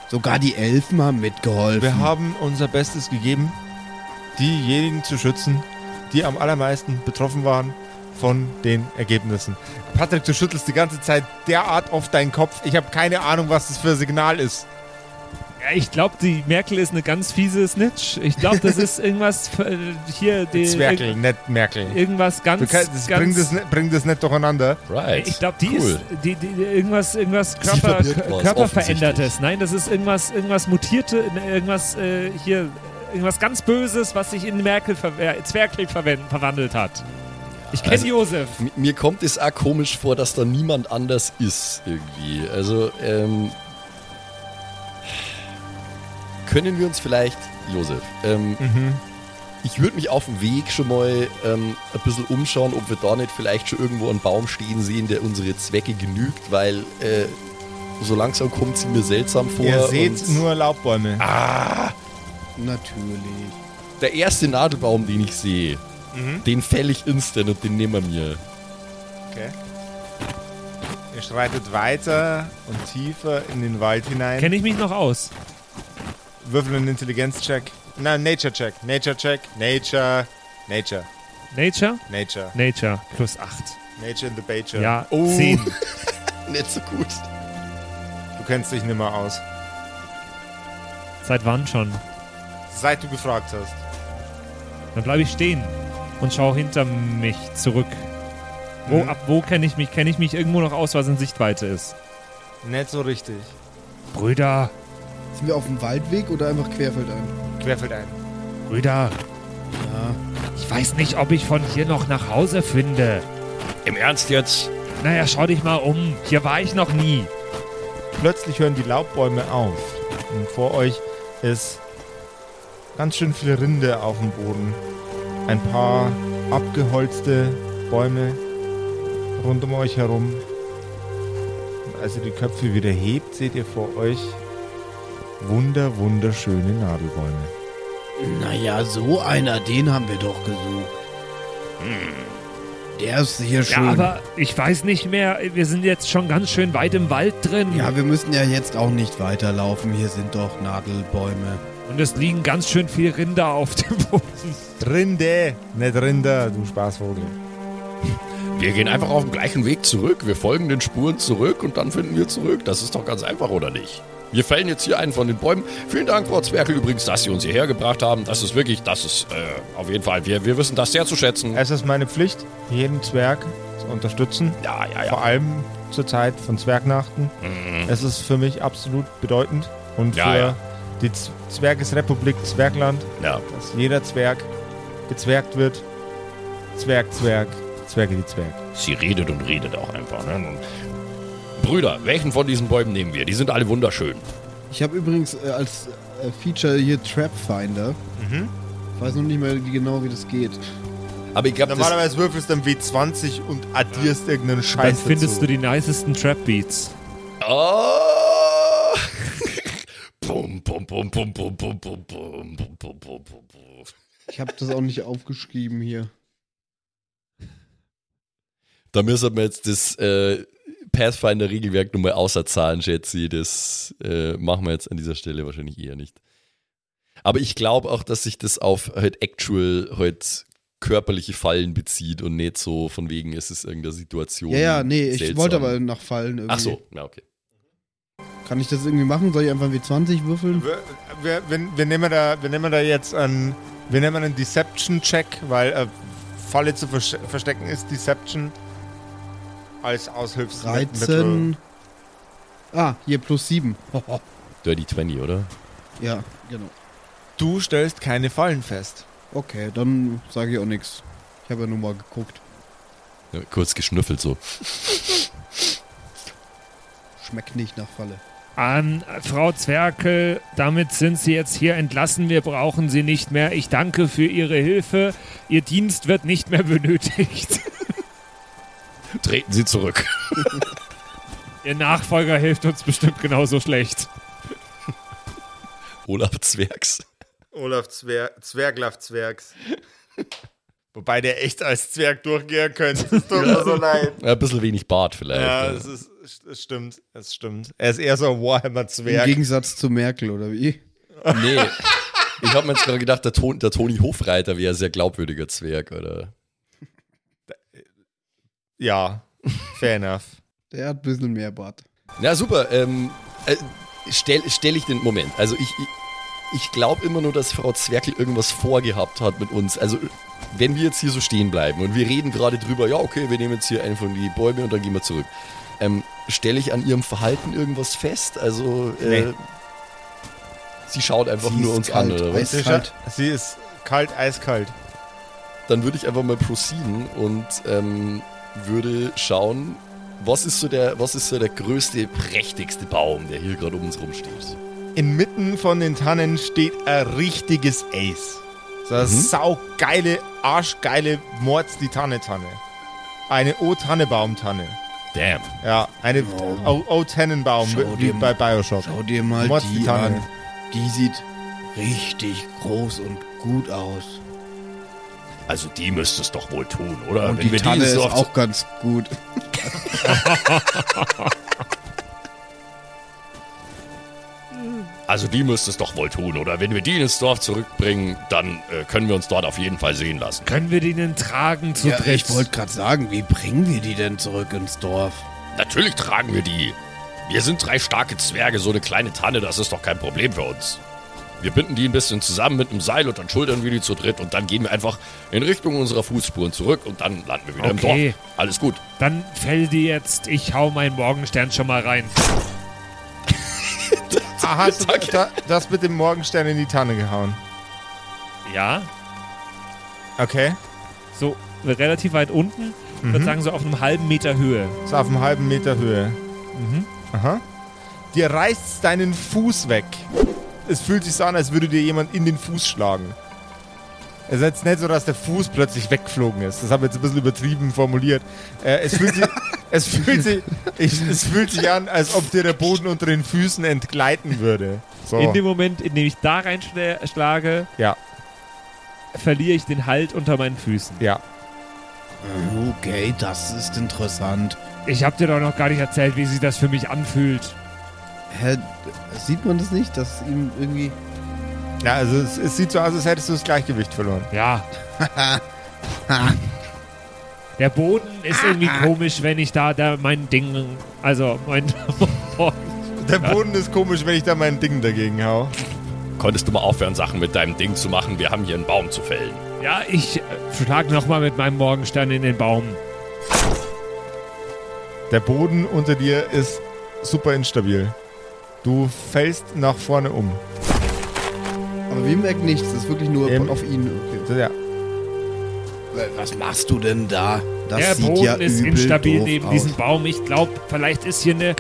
Speaker 3: Sogar die Elfen haben
Speaker 1: Wir
Speaker 3: mitgeholfen.
Speaker 1: haben unser Bestes gegeben, diejenigen zu schützen, die am allermeisten betroffen waren von den Ergebnissen. Patrick, du schüttelst die ganze Zeit derart oft deinen Kopf. Ich habe keine Ahnung, was das für ein Signal ist.
Speaker 6: Ja, ich glaube, die Merkel ist eine ganz fiese Snitch. Ich glaube, das ist irgendwas äh, hier, die,
Speaker 1: Zwerkel, nicht Merkel.
Speaker 6: irg- irgendwas
Speaker 1: Du
Speaker 6: ganz,
Speaker 1: kannst, das
Speaker 6: ganz
Speaker 1: bring, das, ni- bring das nicht durcheinander.
Speaker 7: Right.
Speaker 6: Ich glaube, die
Speaker 7: cool.
Speaker 6: ist die, die, die- irgendwas, irgendwas Körper,
Speaker 7: verbirgt
Speaker 6: Kö-
Speaker 7: was,
Speaker 6: Körperverändertes. Nein, das ist irgendwas, irgendwas mutierte, irgendwas äh, hier, irgendwas ganz Böses, was sich in Merkel ver äh, Zwerkel verwen- verwandelt hat. Ich kenne
Speaker 7: also-
Speaker 6: Josef.
Speaker 7: M- Mir kommt es auch komisch vor, dass da niemand anders ist irgendwie. Also, ähm. Können wir uns vielleicht, Josef, ähm,
Speaker 1: Mhm.
Speaker 7: ich würde mich auf dem Weg schon mal ähm, ein bisschen umschauen, ob wir da nicht vielleicht schon irgendwo einen Baum stehen sehen, der unsere Zwecke genügt, weil äh, so langsam kommt sie mir seltsam vor.
Speaker 1: Ihr seht
Speaker 7: und
Speaker 1: nur Laubbäume.
Speaker 3: Natürlich.
Speaker 7: Der erste Nadelbaum, den ich sehe,
Speaker 1: Mhm.
Speaker 7: den fäll ich instant und den nehmen wir mir.
Speaker 1: Okay. Ihr schreitet weiter und tiefer in den Wald hinein.
Speaker 6: Kenne ich mich noch aus.
Speaker 1: Würfel einen Intelligenz-Check. Nein, Nature-Check. Nature-Check. Nature. Nature.
Speaker 6: Nature?
Speaker 1: Nature.
Speaker 6: Nature. Plus 8.
Speaker 1: Nature in the Bature.
Speaker 6: Ja,
Speaker 7: Oh.
Speaker 6: 10.
Speaker 7: Nicht so gut.
Speaker 1: Du kennst dich nimmer aus.
Speaker 6: Seit wann schon?
Speaker 1: Seit du gefragt hast.
Speaker 6: Dann bleibe ich stehen und schaue hinter mich zurück. Wo,
Speaker 1: Mhm.
Speaker 6: Ab wo kenne ich mich? Kenne ich mich irgendwo noch aus, was in Sichtweite ist?
Speaker 1: Nicht so richtig.
Speaker 6: Brüder,
Speaker 3: Sind wir auf dem Waldweg oder einfach querfeldein?
Speaker 1: Querfeld ein.
Speaker 6: Brüder,
Speaker 3: Ja.
Speaker 6: ich Ich weiß nicht, ob ich von hier noch nach Hause finde.
Speaker 4: Im Ernst jetzt?
Speaker 6: Naja, schau dich mal um. Hier war ich noch nie.
Speaker 1: Plötzlich hören die Laubbäume auf. Und vor euch ist ganz schön viel Rinde auf dem Boden. Ein paar abgeholzte Bäume rund um euch herum. Und als ihr die Köpfe wieder hebt, seht ihr vor euch wunder, wunderschöne Nadelbäume.
Speaker 3: Naja, so einer, den haben wir doch gesucht. Der ist hier schön.
Speaker 6: Ja, aber ich weiß nicht mehr. Wir sind jetzt schon ganz schön weit im Wald drin.
Speaker 3: ja, wir müssen ja jetzt auch nicht weiterlaufen. Hier sind doch Nadelbäume.
Speaker 6: Und es liegen ganz schön viel Rinder auf dem Boden.
Speaker 1: Rinde, nicht Rinder, du Spaßvogel.
Speaker 4: Wir gehen einfach auf dem gleichen Weg zurück. Wir folgen den Spuren zurück und dann finden wir zurück. Das ist doch ganz einfach, oder nicht? Wir fällen jetzt hier einen von den Bäumen. Vielen Dank, Frau Zwerkel, übrigens, dass Sie uns hierher gebracht haben. Das ist wirklich, das ist äh, auf jeden Fall, wir, wir wissen das sehr zu schätzen.
Speaker 1: Es ist meine Pflicht, jeden Zwerg zu unterstützen.
Speaker 4: Ja, ja, ja.
Speaker 1: Vor allem zur Zeit von Zwergnachten. Es ist für mich absolut bedeutend und
Speaker 4: Ja,
Speaker 1: für
Speaker 4: ja.
Speaker 1: die Z Zwergesrepublik Zwergland,
Speaker 4: ja.
Speaker 1: dass jeder Zwerg gezwergt wird. Zwerg, Zwerg, Zwerge die Zwerg.
Speaker 4: Sie redet und redet auch einfach. Ne? Und- Brüder, welchen von diesen Bäumen nehmen wir? Die sind alle wunderschön.
Speaker 3: Ich habe übrigens äh, als äh, Feature hier Trap Finder.
Speaker 6: Mhm.
Speaker 3: Ich weiß noch nicht mehr genau, wie das geht.
Speaker 7: Aber ich glaube, das,
Speaker 1: Normalerweise würfelst du dann W20 und addierst irgendeinen
Speaker 6: Dann
Speaker 1: Scheiß
Speaker 6: findest
Speaker 1: dazu.
Speaker 6: du die nicesten Trap Beats.
Speaker 7: Oh! bum, bum, bum, bum, bum, bum, bum, bum, bum, bum, bum, bum, bum.
Speaker 3: Ich habe das auch nicht aufgeschrieben hier.
Speaker 7: Da müssen wir jetzt das äh, Pathfinder-Regelwerk nochmal außerzahlen, schätze ich. Das äh, machen wir jetzt an dieser Stelle wahrscheinlich eher nicht. Aber ich glaube auch, dass sich das auf halt actual halt körperliche Fallen bezieht und nicht so von wegen, es ist irgendeine Situation.
Speaker 3: Ja, ja, nee, ich
Speaker 7: seltsam.
Speaker 3: wollte aber nach Fallen irgendwie.
Speaker 7: Ach so, ja, okay.
Speaker 3: Kann ich das irgendwie machen? Soll ich einfach W20 würfeln?
Speaker 1: Wir, wir, wir, wir, nehmen da, wir nehmen da jetzt einen, wir nehmen einen Deception-Check, weil äh, Falle zu versch- verstecken ist Deception als Aushilfsmittel.
Speaker 6: äh,
Speaker 3: 13. Ah, hier plus 7.
Speaker 7: Dirty 20, oder?
Speaker 3: Ja, genau.
Speaker 1: Du stellst keine Fallen fest.
Speaker 3: Okay, dann sage ich auch nichts. Ich habe ja nur mal geguckt.
Speaker 7: Ja, kurz geschnüffelt so.
Speaker 3: Schmeckt nicht nach Falle.
Speaker 6: An Frau Zwerkel, damit sind Sie jetzt hier entlassen. Wir brauchen Sie nicht mehr. Ich danke für Ihre Hilfe. Ihr Dienst wird nicht mehr benötigt.
Speaker 4: Treten Sie zurück.
Speaker 6: Ihr Nachfolger hilft uns bestimmt genauso schlecht.
Speaker 7: Olaf Zwergs.
Speaker 1: Olaf Zwer Zwerglaf Zwergs. Wobei der echt als Zwerg durchgehen könnte. Das tut mir so leid.
Speaker 7: Ein bisschen wenig Bart vielleicht.
Speaker 1: Ja,
Speaker 7: ne?
Speaker 1: es, ist, es stimmt, es stimmt. Er ist eher so ein
Speaker 3: Im
Speaker 1: Warhammer-Zwerg.
Speaker 3: Gegensatz zu Merkel, oder wie?
Speaker 7: Nee. Ich habe mir jetzt gerade gedacht, der, Ton, der Toni Hofreiter wäre ein sehr glaubwürdiger Zwerg, oder?
Speaker 1: Ja, fair enough.
Speaker 3: Der hat ein bisschen mehr Bart.
Speaker 7: Ja, super. Ähm, äh, stell, stell ich den Moment. Also ich, ich, ich glaube immer nur, dass Frau Zwerkel irgendwas vorgehabt hat mit uns. Also wenn wir jetzt hier so stehen bleiben und wir reden gerade drüber, ja okay, wir nehmen jetzt hier einen von die Bäume und dann gehen wir zurück. Ähm, Stelle ich an ihrem Verhalten irgendwas fest? Also äh,
Speaker 1: Nee.
Speaker 7: sie schaut einfach
Speaker 3: Sie
Speaker 7: nur
Speaker 3: ist
Speaker 7: uns
Speaker 3: kalt,
Speaker 7: an, oder was?
Speaker 3: weiß-
Speaker 1: Sie,
Speaker 3: Kalt.
Speaker 1: scha- sie ist kalt, eiskalt.
Speaker 7: dann würde ich einfach mal proceeden und ähm, würde schauen, was ist so der, was ist so der größte, prächtigste Baum, der hier gerade um uns rumsteht.
Speaker 1: Inmitten von den Tannen steht ein richtiges Ace. So
Speaker 3: Mhm.
Speaker 1: eine saugeile, arschgeile Mords die Tanne-Tanne. Eine O-Tanne-Baum-Tanne.
Speaker 4: Damn.
Speaker 1: Ja, eine O- O-Tannenbaum,
Speaker 3: Oh. Schau
Speaker 1: wie
Speaker 3: dir
Speaker 1: bei Bioshock.
Speaker 3: Schau dir mal
Speaker 1: Mods die
Speaker 3: die
Speaker 1: Tanne.
Speaker 3: an. Die sieht richtig groß und gut aus.
Speaker 4: Also die müsste es doch wohl tun, oder?
Speaker 3: und die
Speaker 4: wir
Speaker 3: Tanne ist
Speaker 4: so oft-
Speaker 3: auch ganz gut.
Speaker 4: Also die müsste es doch wohl tun, oder? Wenn wir die ins Dorf zurückbringen, dann äh, können wir uns dort auf jeden Fall sehen lassen.
Speaker 6: Können wir denen tragen zu
Speaker 3: Ja,
Speaker 6: dritt?
Speaker 3: ich wollte gerade sagen, wie bringen wir die denn zurück ins Dorf?
Speaker 4: Natürlich tragen wir die. Wir sind drei starke Zwerge, so eine kleine Tanne, das ist doch kein Problem für uns. Wir binden die ein bisschen zusammen mit einem Seil und dann schultern wir die zu dritt und dann gehen wir einfach in Richtung unserer Fußspuren zurück und dann landen wir wieder
Speaker 6: Okay.
Speaker 4: im Dorf. Alles gut.
Speaker 6: Dann fäll die jetzt. Ich hau meinen Morgenstern schon mal rein.
Speaker 1: Ah, hast du da, das mit dem Morgenstern in die Tanne gehauen?
Speaker 6: Ja?
Speaker 1: Okay.
Speaker 6: So relativ weit unten, ich
Speaker 3: Mhm.
Speaker 6: würde sagen so auf einem halben Meter Höhe.
Speaker 1: Ist auf einem halben Meter Höhe.
Speaker 6: Mhm.
Speaker 1: Aha. Dir reißt deinen Fuß weg. Es fühlt sich so an, als würde dir jemand in den Fuß schlagen. Es ist jetzt nicht so, dass der Fuß plötzlich weggeflogen ist. Das habe ich jetzt ein bisschen übertrieben formuliert. Äh, es, fühlt sich, es, fühlt sich, ich, es fühlt sich an, als ob dir der Boden unter den Füßen entgleiten würde.
Speaker 3: Oh.
Speaker 1: So.
Speaker 6: In dem Moment, in dem ich da reinschlage,
Speaker 1: Ja.
Speaker 6: verliere ich den Halt unter meinen Füßen.
Speaker 1: ja.
Speaker 3: Okay, das ist interessant.
Speaker 6: Ich habe dir doch noch gar nicht erzählt, wie sich das für mich anfühlt.
Speaker 3: Hä, sieht man das nicht, dass ihm irgendwie...
Speaker 1: Ja, also es, es sieht so aus, als hättest du das Gleichgewicht verloren.
Speaker 6: Ja. Der Boden ist irgendwie komisch, wenn ich da, da mein Ding, also mein
Speaker 1: Der Boden ist komisch, wenn ich da mein Ding dagegen hau.
Speaker 12: Konntest du mal aufhören, Sachen mit deinem Ding zu machen? Wir haben hier einen Baum zu fällen.
Speaker 6: Ja, ich äh, schlag nochmal mit meinem Morgenstern in den Baum.
Speaker 1: Der Boden unter dir ist super instabil. Du fällst nach vorne um.
Speaker 3: Aber wir merken nichts, das ist wirklich nur
Speaker 1: Ähm.
Speaker 3: auf ihn. Okay.
Speaker 1: So, Ja.
Speaker 3: Was machst du denn da? Das
Speaker 6: Der
Speaker 3: sieht
Speaker 6: Boden
Speaker 3: ja
Speaker 6: ist
Speaker 3: übel
Speaker 6: instabil
Speaker 3: doof
Speaker 6: neben
Speaker 3: aus.
Speaker 6: diesem Baum. Ich glaube, vielleicht ist hier eine ja,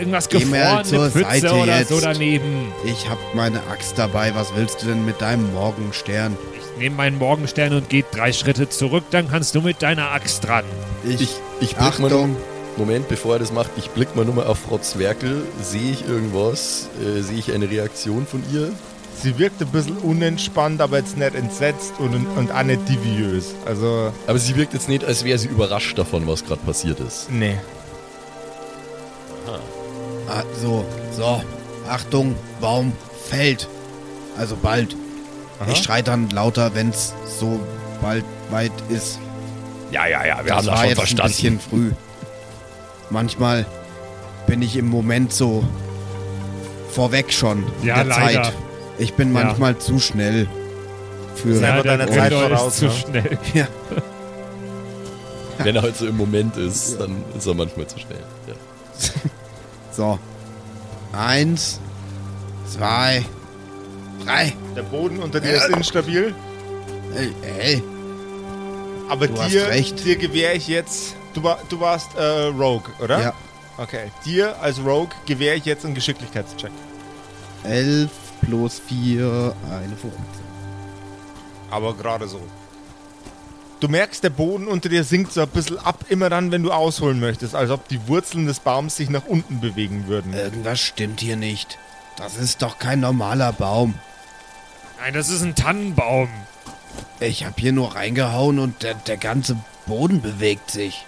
Speaker 6: irgendwas
Speaker 3: Geh mal
Speaker 6: gefrorene
Speaker 3: zur
Speaker 6: Pfütze
Speaker 3: Seite
Speaker 6: oder
Speaker 3: jetzt.
Speaker 6: so daneben.
Speaker 3: Ich hab meine Axt dabei, was willst du denn mit deinem Morgenstern?
Speaker 6: Ich nehme meinen Morgenstern und gehe drei Schritte zurück, dann kannst du mit deiner Axt dran.
Speaker 4: Ich, ich blick mal nur,
Speaker 3: Achtung,
Speaker 4: Moment, bevor er das macht, ich blick mal nur mal auf Frau Zwerkel. Sehe ich irgendwas? Äh, Sehe ich eine Reaktion von ihr?
Speaker 1: Sie wirkt ein bisschen unentspannt, aber jetzt nicht entsetzt und, und auch nicht deviös. Also,
Speaker 4: Aber sie wirkt jetzt nicht, als wäre sie überrascht davon, was gerade passiert ist.
Speaker 1: nee.
Speaker 3: Ah, so, so, Achtung, Baum fällt. Also bald. Ich schrei dann lauter, wenn's so bald weit ist.
Speaker 12: Ja, ja, ja, wir
Speaker 3: das
Speaker 12: haben das schon
Speaker 3: war jetzt ein bisschen
Speaker 12: verstanden.
Speaker 3: früh. Manchmal bin ich im Moment so vorweg schon
Speaker 6: Ja,
Speaker 3: der
Speaker 6: leider.
Speaker 3: Zeit. Ich
Speaker 6: Ja.
Speaker 3: bin manchmal zu schnell für
Speaker 1: Ja, aber deiner Zeit
Speaker 6: Grindel
Speaker 1: voraus,
Speaker 6: ist zu
Speaker 1: ne?
Speaker 6: schnell.
Speaker 4: Wenn er halt so im Moment ist, dann ist er manchmal zu schnell. Ja.
Speaker 3: so eins, zwei, drei. Äh,
Speaker 1: Der Boden unter dir ist instabil,
Speaker 3: Ey, ey.
Speaker 1: aber
Speaker 3: Du hast
Speaker 1: dir,
Speaker 3: recht.
Speaker 1: dir gewähre ich jetzt. Du, war, du warst äh, Rogue, oder?
Speaker 3: Ja,
Speaker 1: Okay. Dir als Rogue gewähre ich jetzt einen Geschicklichkeitscheck.
Speaker 3: elf plus vier, eine 15.
Speaker 1: Aber gerade so. Du merkst, der Boden unter dir sinkt so ein bisschen ab, immer dann, wenn du ausholen möchtest, als ob die Wurzeln des Baums sich nach unten bewegen würden.
Speaker 3: Irgendwas stimmt hier nicht. Das ist doch kein normaler Baum.
Speaker 6: Nein, das ist ein Tannenbaum.
Speaker 3: Ich hab hier nur reingehauen und der, der ganze Boden bewegt sich.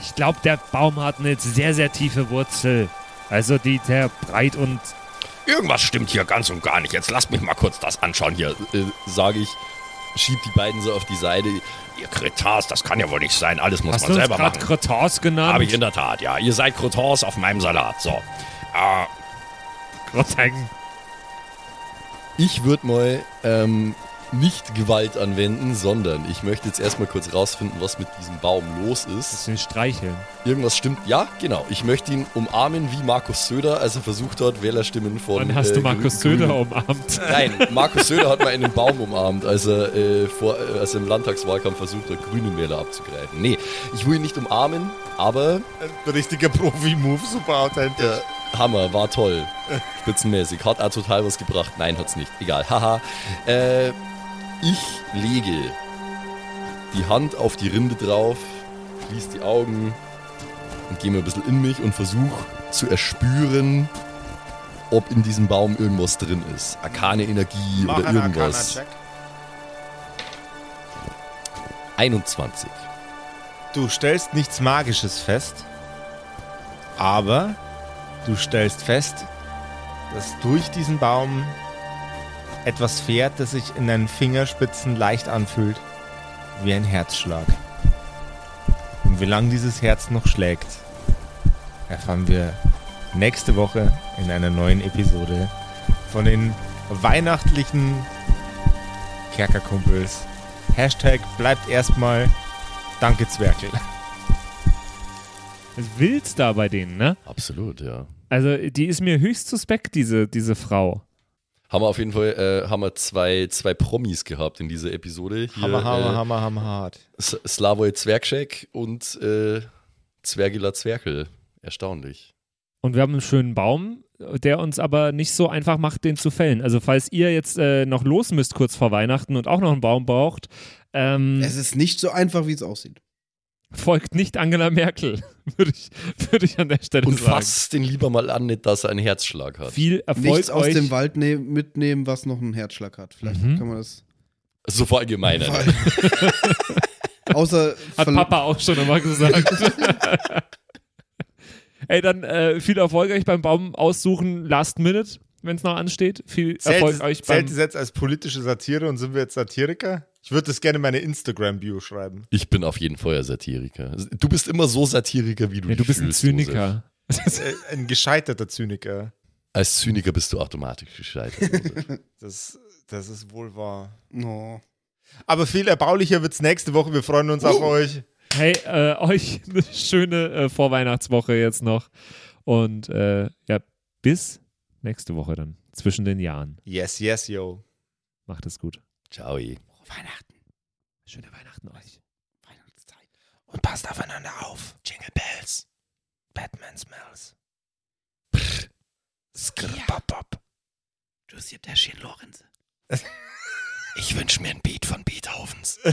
Speaker 6: Ich glaube, der Baum hat eine sehr, sehr tiefe Wurzel. Also die sehr breit und
Speaker 12: Irgendwas stimmt hier ganz und gar nicht. Jetzt lasst mich mal kurz das anschauen hier.
Speaker 4: Äh, Sage ich, schiebt die beiden so auf die Seite.
Speaker 12: Ihr Kretars, das kann ja wohl nicht sein. Alles muss
Speaker 6: hast du
Speaker 12: man
Speaker 6: uns
Speaker 12: selber
Speaker 6: gerade
Speaker 12: machen.
Speaker 6: Krotors
Speaker 12: Habe ich in
Speaker 6: genannt?
Speaker 12: der Tat, ja. Ihr seid Croutons auf meinem Salat. So. Äh,
Speaker 6: Kroteng.
Speaker 4: Ich würde mal ähm, nicht Gewalt anwenden, sondern ich möchte jetzt erstmal kurz rausfinden, was mit diesem Baum los ist.
Speaker 6: Das ist Streicheln.
Speaker 4: Irgendwas stimmt. Ja, genau. Ich möchte ihn umarmen wie Markus Söder, als er versucht hat, Wählerstimmen von.
Speaker 6: Dann hast
Speaker 4: äh,
Speaker 6: du Markus
Speaker 4: Grü-
Speaker 6: Söder
Speaker 4: Grünen-
Speaker 6: umarmt.
Speaker 4: Nein, Markus Söder hat mal einen Baum umarmt, als er, äh, vor, äh, als er im Landtagswahlkampf versucht hat, grünen Wähler abzugreifen. Nee, ich will ihn nicht umarmen, aber
Speaker 1: Ein richtiger Profi-Move, super authentisch.
Speaker 4: äh, Hammer, war toll. Spitzenmäßig. Hat auch total was gebracht. Nein, hat's nicht. Egal. Haha. Äh, ich lege die Hand auf die Rinde drauf, schließe die Augen und gehe mir ein bisschen in mich und versuche zu erspüren, ob in diesem Baum irgendwas drin ist. Arkane Energie
Speaker 1: Mach
Speaker 4: oder
Speaker 1: einen
Speaker 4: irgendwas.
Speaker 1: Arcana-Check.
Speaker 4: 21.
Speaker 1: Du stellst nichts Magisches fest, aber du stellst fest, dass durch diesen Baum etwas fährt, das sich in deinen Fingerspitzen leicht anfühlt, wie ein Herzschlag. Und wie lange dieses Herz noch schlägt, erfahren wir nächste Woche in einer neuen Episode von den weihnachtlichen Kerkerkumpels. Hashtag bleibt erstmal Danke Zwerkel.
Speaker 6: Was willst da bei denen, ne?
Speaker 4: Absolut, ja.
Speaker 6: Also, die ist mir höchst suspekt, diese, diese Frau.
Speaker 4: Haben wir auf jeden Fall äh, haben wir zwei, zwei Promis gehabt in dieser Episode. Hier,
Speaker 1: Hammer,
Speaker 4: äh,
Speaker 1: hammer, hammer, hammer, hart.
Speaker 4: S- Slavoj Zwergschek und äh, Zwergela Zwerkel. Erstaunlich.
Speaker 6: Und wir haben einen schönen Baum, der uns aber nicht so einfach macht, den zu fällen. Also falls ihr jetzt äh, noch los müsst kurz vor Weihnachten und auch noch einen Baum braucht, ähm,
Speaker 3: Es ist nicht so einfach, wie es aussieht.
Speaker 6: folgt nicht Angela Merkel, würde ich, würde ich an der Stelle
Speaker 4: Und
Speaker 6: sagen.
Speaker 4: fasst den lieber mal an, nicht, dass er einen Herzschlag hat.
Speaker 6: Viel Erfolg
Speaker 3: Nichts aus
Speaker 6: euch.
Speaker 3: dem Wald ne mitnehmen, was noch einen Herzschlag hat. Vielleicht
Speaker 6: Mhm.
Speaker 3: kann man das.
Speaker 4: So verallgemeinert.
Speaker 3: Außer
Speaker 6: Hat
Speaker 3: verlo-
Speaker 6: Papa auch schon immer gesagt. Ey, dann äh, viel Erfolg euch beim Baum aussuchen, last minute, wenn es noch ansteht. Viel Erfolg euch
Speaker 9: zählt das
Speaker 6: beim.
Speaker 9: jetzt als politische Satire und sind wir jetzt Satiriker? Ich würde das gerne in meine Instagram-Bio schreiben.
Speaker 4: Ich bin auf jeden Fall ein Satiriker. Du bist immer so Satiriker, wie du
Speaker 6: Nee, du
Speaker 4: dich
Speaker 6: bist ein
Speaker 4: fühlst, Josef.
Speaker 6: Zyniker.
Speaker 9: Äh, ein gescheiterter Zyniker.
Speaker 4: Als Zyniker bist du automatisch gescheitert. Josef.
Speaker 9: Das, das ist wohl wahr.
Speaker 3: Oh.
Speaker 9: Aber viel erbaulicher wird's nächste Woche. Wir freuen uns auf euch.
Speaker 6: Hey, äh, euch eine schöne äh, Vorweihnachtswoche jetzt noch. Und äh, ja, bis nächste Woche dann. Zwischen den Jahren.
Speaker 9: Yes, yes, yo.
Speaker 6: Macht es gut.
Speaker 4: Ciao.
Speaker 6: Schöne Weihnachten euch.
Speaker 9: Und passt aufeinander auf. Jingle Bells. Batman Smells. Skrbabab.
Speaker 3: Joseph Daschien Lorenz.
Speaker 4: Ich wünsche mir ein Beat von Beethovens.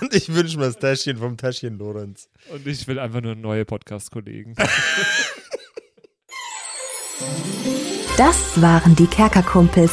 Speaker 9: Und ich wünsche mir das Täschchen vom Täschchen Lorenz.
Speaker 6: Und ich will einfach nur neue Podcast-Kollegen.
Speaker 5: Das waren die Kerkerkumpels,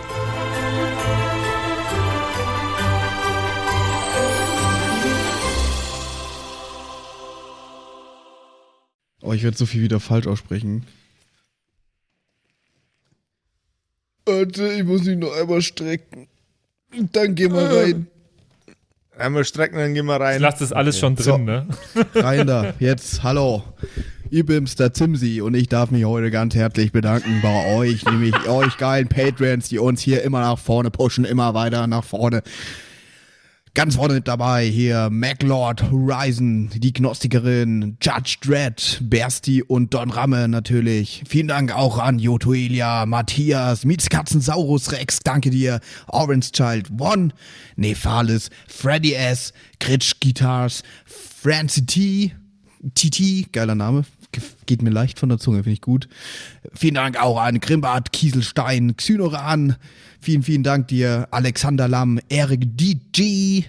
Speaker 3: Oh, ich werde so viel wieder falsch aussprechen. Warte, ich muss mich noch einmal strecken. Dann geh mal rein.
Speaker 9: Einmal strecken, dann gehen wir rein.
Speaker 6: Lasst es alles schon drin,
Speaker 3: So.
Speaker 6: ne?
Speaker 3: Ah. Rein da, jetzt, hallo. Ich bin's, der Zimsi, und ich darf mich heute ganz herzlich bedanken bei euch, nämlich euch geilen Patrons, die uns hier immer nach vorne pushen, immer weiter nach vorne. Ganz vorne mit dabei hier MacLord, Horizon, die Gnostikerin, Judge Dredd, Bersti und Don Ramme natürlich. Vielen Dank auch an Jotoelia, Matthias, Mietskatzensaurus Rex, danke dir, Orange Child One, Nephalis, Freddy S., Gritsch Guitars, Francie T., TT, geiler Name, ge- geht mir leicht von der Zunge, finde ich gut. Vielen Dank auch an Grimbart, Kieselstein, Xynoran. Vielen, vielen Dank dir, Alexander Lamm, Erik DG,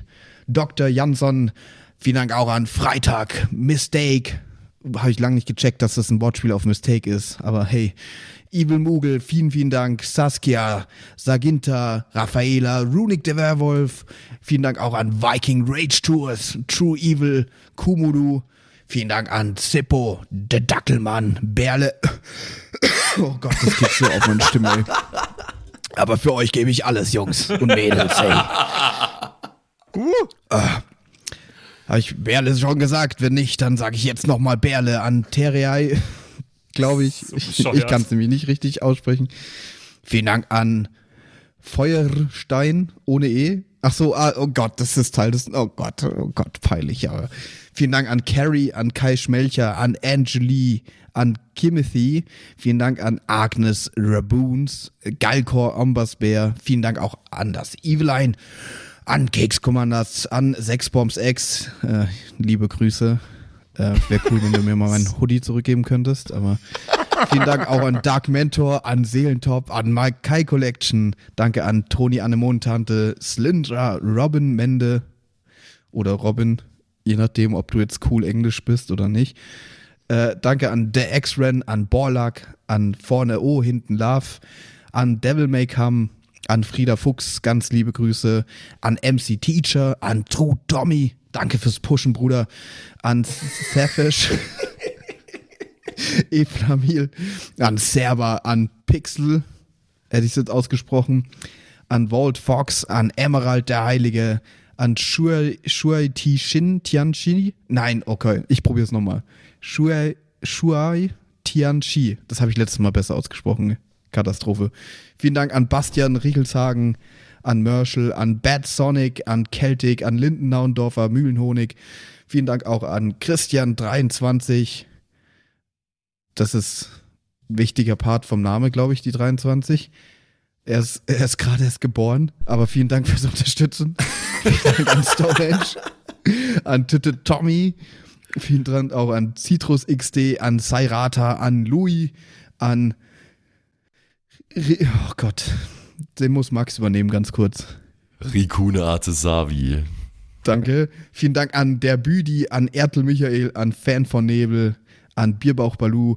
Speaker 3: Dr. Jansson. Vielen Dank auch an Freitag, Mistake. Habe ich lange nicht gecheckt, dass das ein Wortspiel auf Mistake ist, aber hey. Evil Mugel, vielen, vielen Dank. Saskia, Saginta, Raffaela, Runic der Werwolf. Vielen Dank auch an Viking Rage Tours, True Evil, Kumudu. Vielen Dank an Zippo, der Dackelmann, Berle. Oh Gott, das geht so auf meine Stimme. Ey. Aber für euch gebe ich alles, Jungs und Mädels. Hey. Uh. Habe ich Berle schon gesagt? Wenn nicht, dann sage ich jetzt nochmal Berle an Terrei. Glaube ich. ich ich
Speaker 6: bescheuert.
Speaker 3: kann es nämlich nicht richtig aussprechen. Vielen Dank an Feuerstein ohne E. Ach so, ah, oh Gott, das ist Teil des. Oh Gott, oh Gott, peinlich. Aber vielen Dank an Carrie, an Kai Schmelcher, an Angelie, an Kimothy. Vielen Dank an Agnes Raboons, Galkor Ombasbär. Vielen Dank auch an das Eveline, an Kekskommandas, an Sexbombs X. Äh, liebe Grüße. Äh, Wäre cool, wenn du mir mal meinen Hoodie zurückgeben könntest, aber. Vielen Dank auch an Dark Mentor, an Seelentop, an Mike Kai Collection. Danke an Toni Annemontante, Slyndra, Robin Mende oder Robin, je nachdem, ob du jetzt cool Englisch bist oder nicht. Äh, danke an The X-Ren, an Borlak, an Vorne O, hinten Love, an Devil May Come, an Frieda Fuchs, ganz liebe Grüße, an MC Teacher, an True Tommy, danke fürs Pushen, Bruder, an Safish. Eframil, an Server, an Pixel, hätte ich es jetzt ausgesprochen, an Walt Fox, an Emerald der Heilige, an Shuai, Shuai Tishin Tianxi. Nein, okay, ich probiere es nochmal. Shuai, Shuai Tianxi. Das habe ich letztes Mal besser ausgesprochen. Katastrophe. Vielen Dank an Bastian Riechelshagen, an Merschel, an Bad Sonic, an Celtic, an Lindennaundorfer, Mühlenhonig. Vielen Dank auch an Christian23. Das ist ein wichtiger Part vom Name, glaube ich, die 23. Er ist, er ist gerade erst geboren, aber vielen Dank fürs Unterstützen. vielen Dank an Stonehenge, an Tüte Tommy. Vielen Dank auch an Citrus XD, an Sairata, an Louis, an Re- Oh Gott, den muss Max übernehmen, ganz kurz.
Speaker 4: Rikune Artesavi.
Speaker 3: Danke. Vielen Dank an der Büdi, an Ertel Michael, an Fan von Nebel, an Bierbauch Balu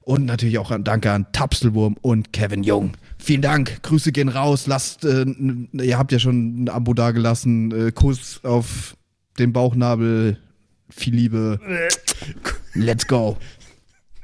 Speaker 3: und natürlich auch an Danke an Tapselwurm und Kevin Jung. Vielen Dank. Grüße gehen raus. Lasst, äh, n- ihr habt ja schon ein Abo dagelassen. Äh, Kuss auf den Bauchnabel. Viel Liebe. Let's go.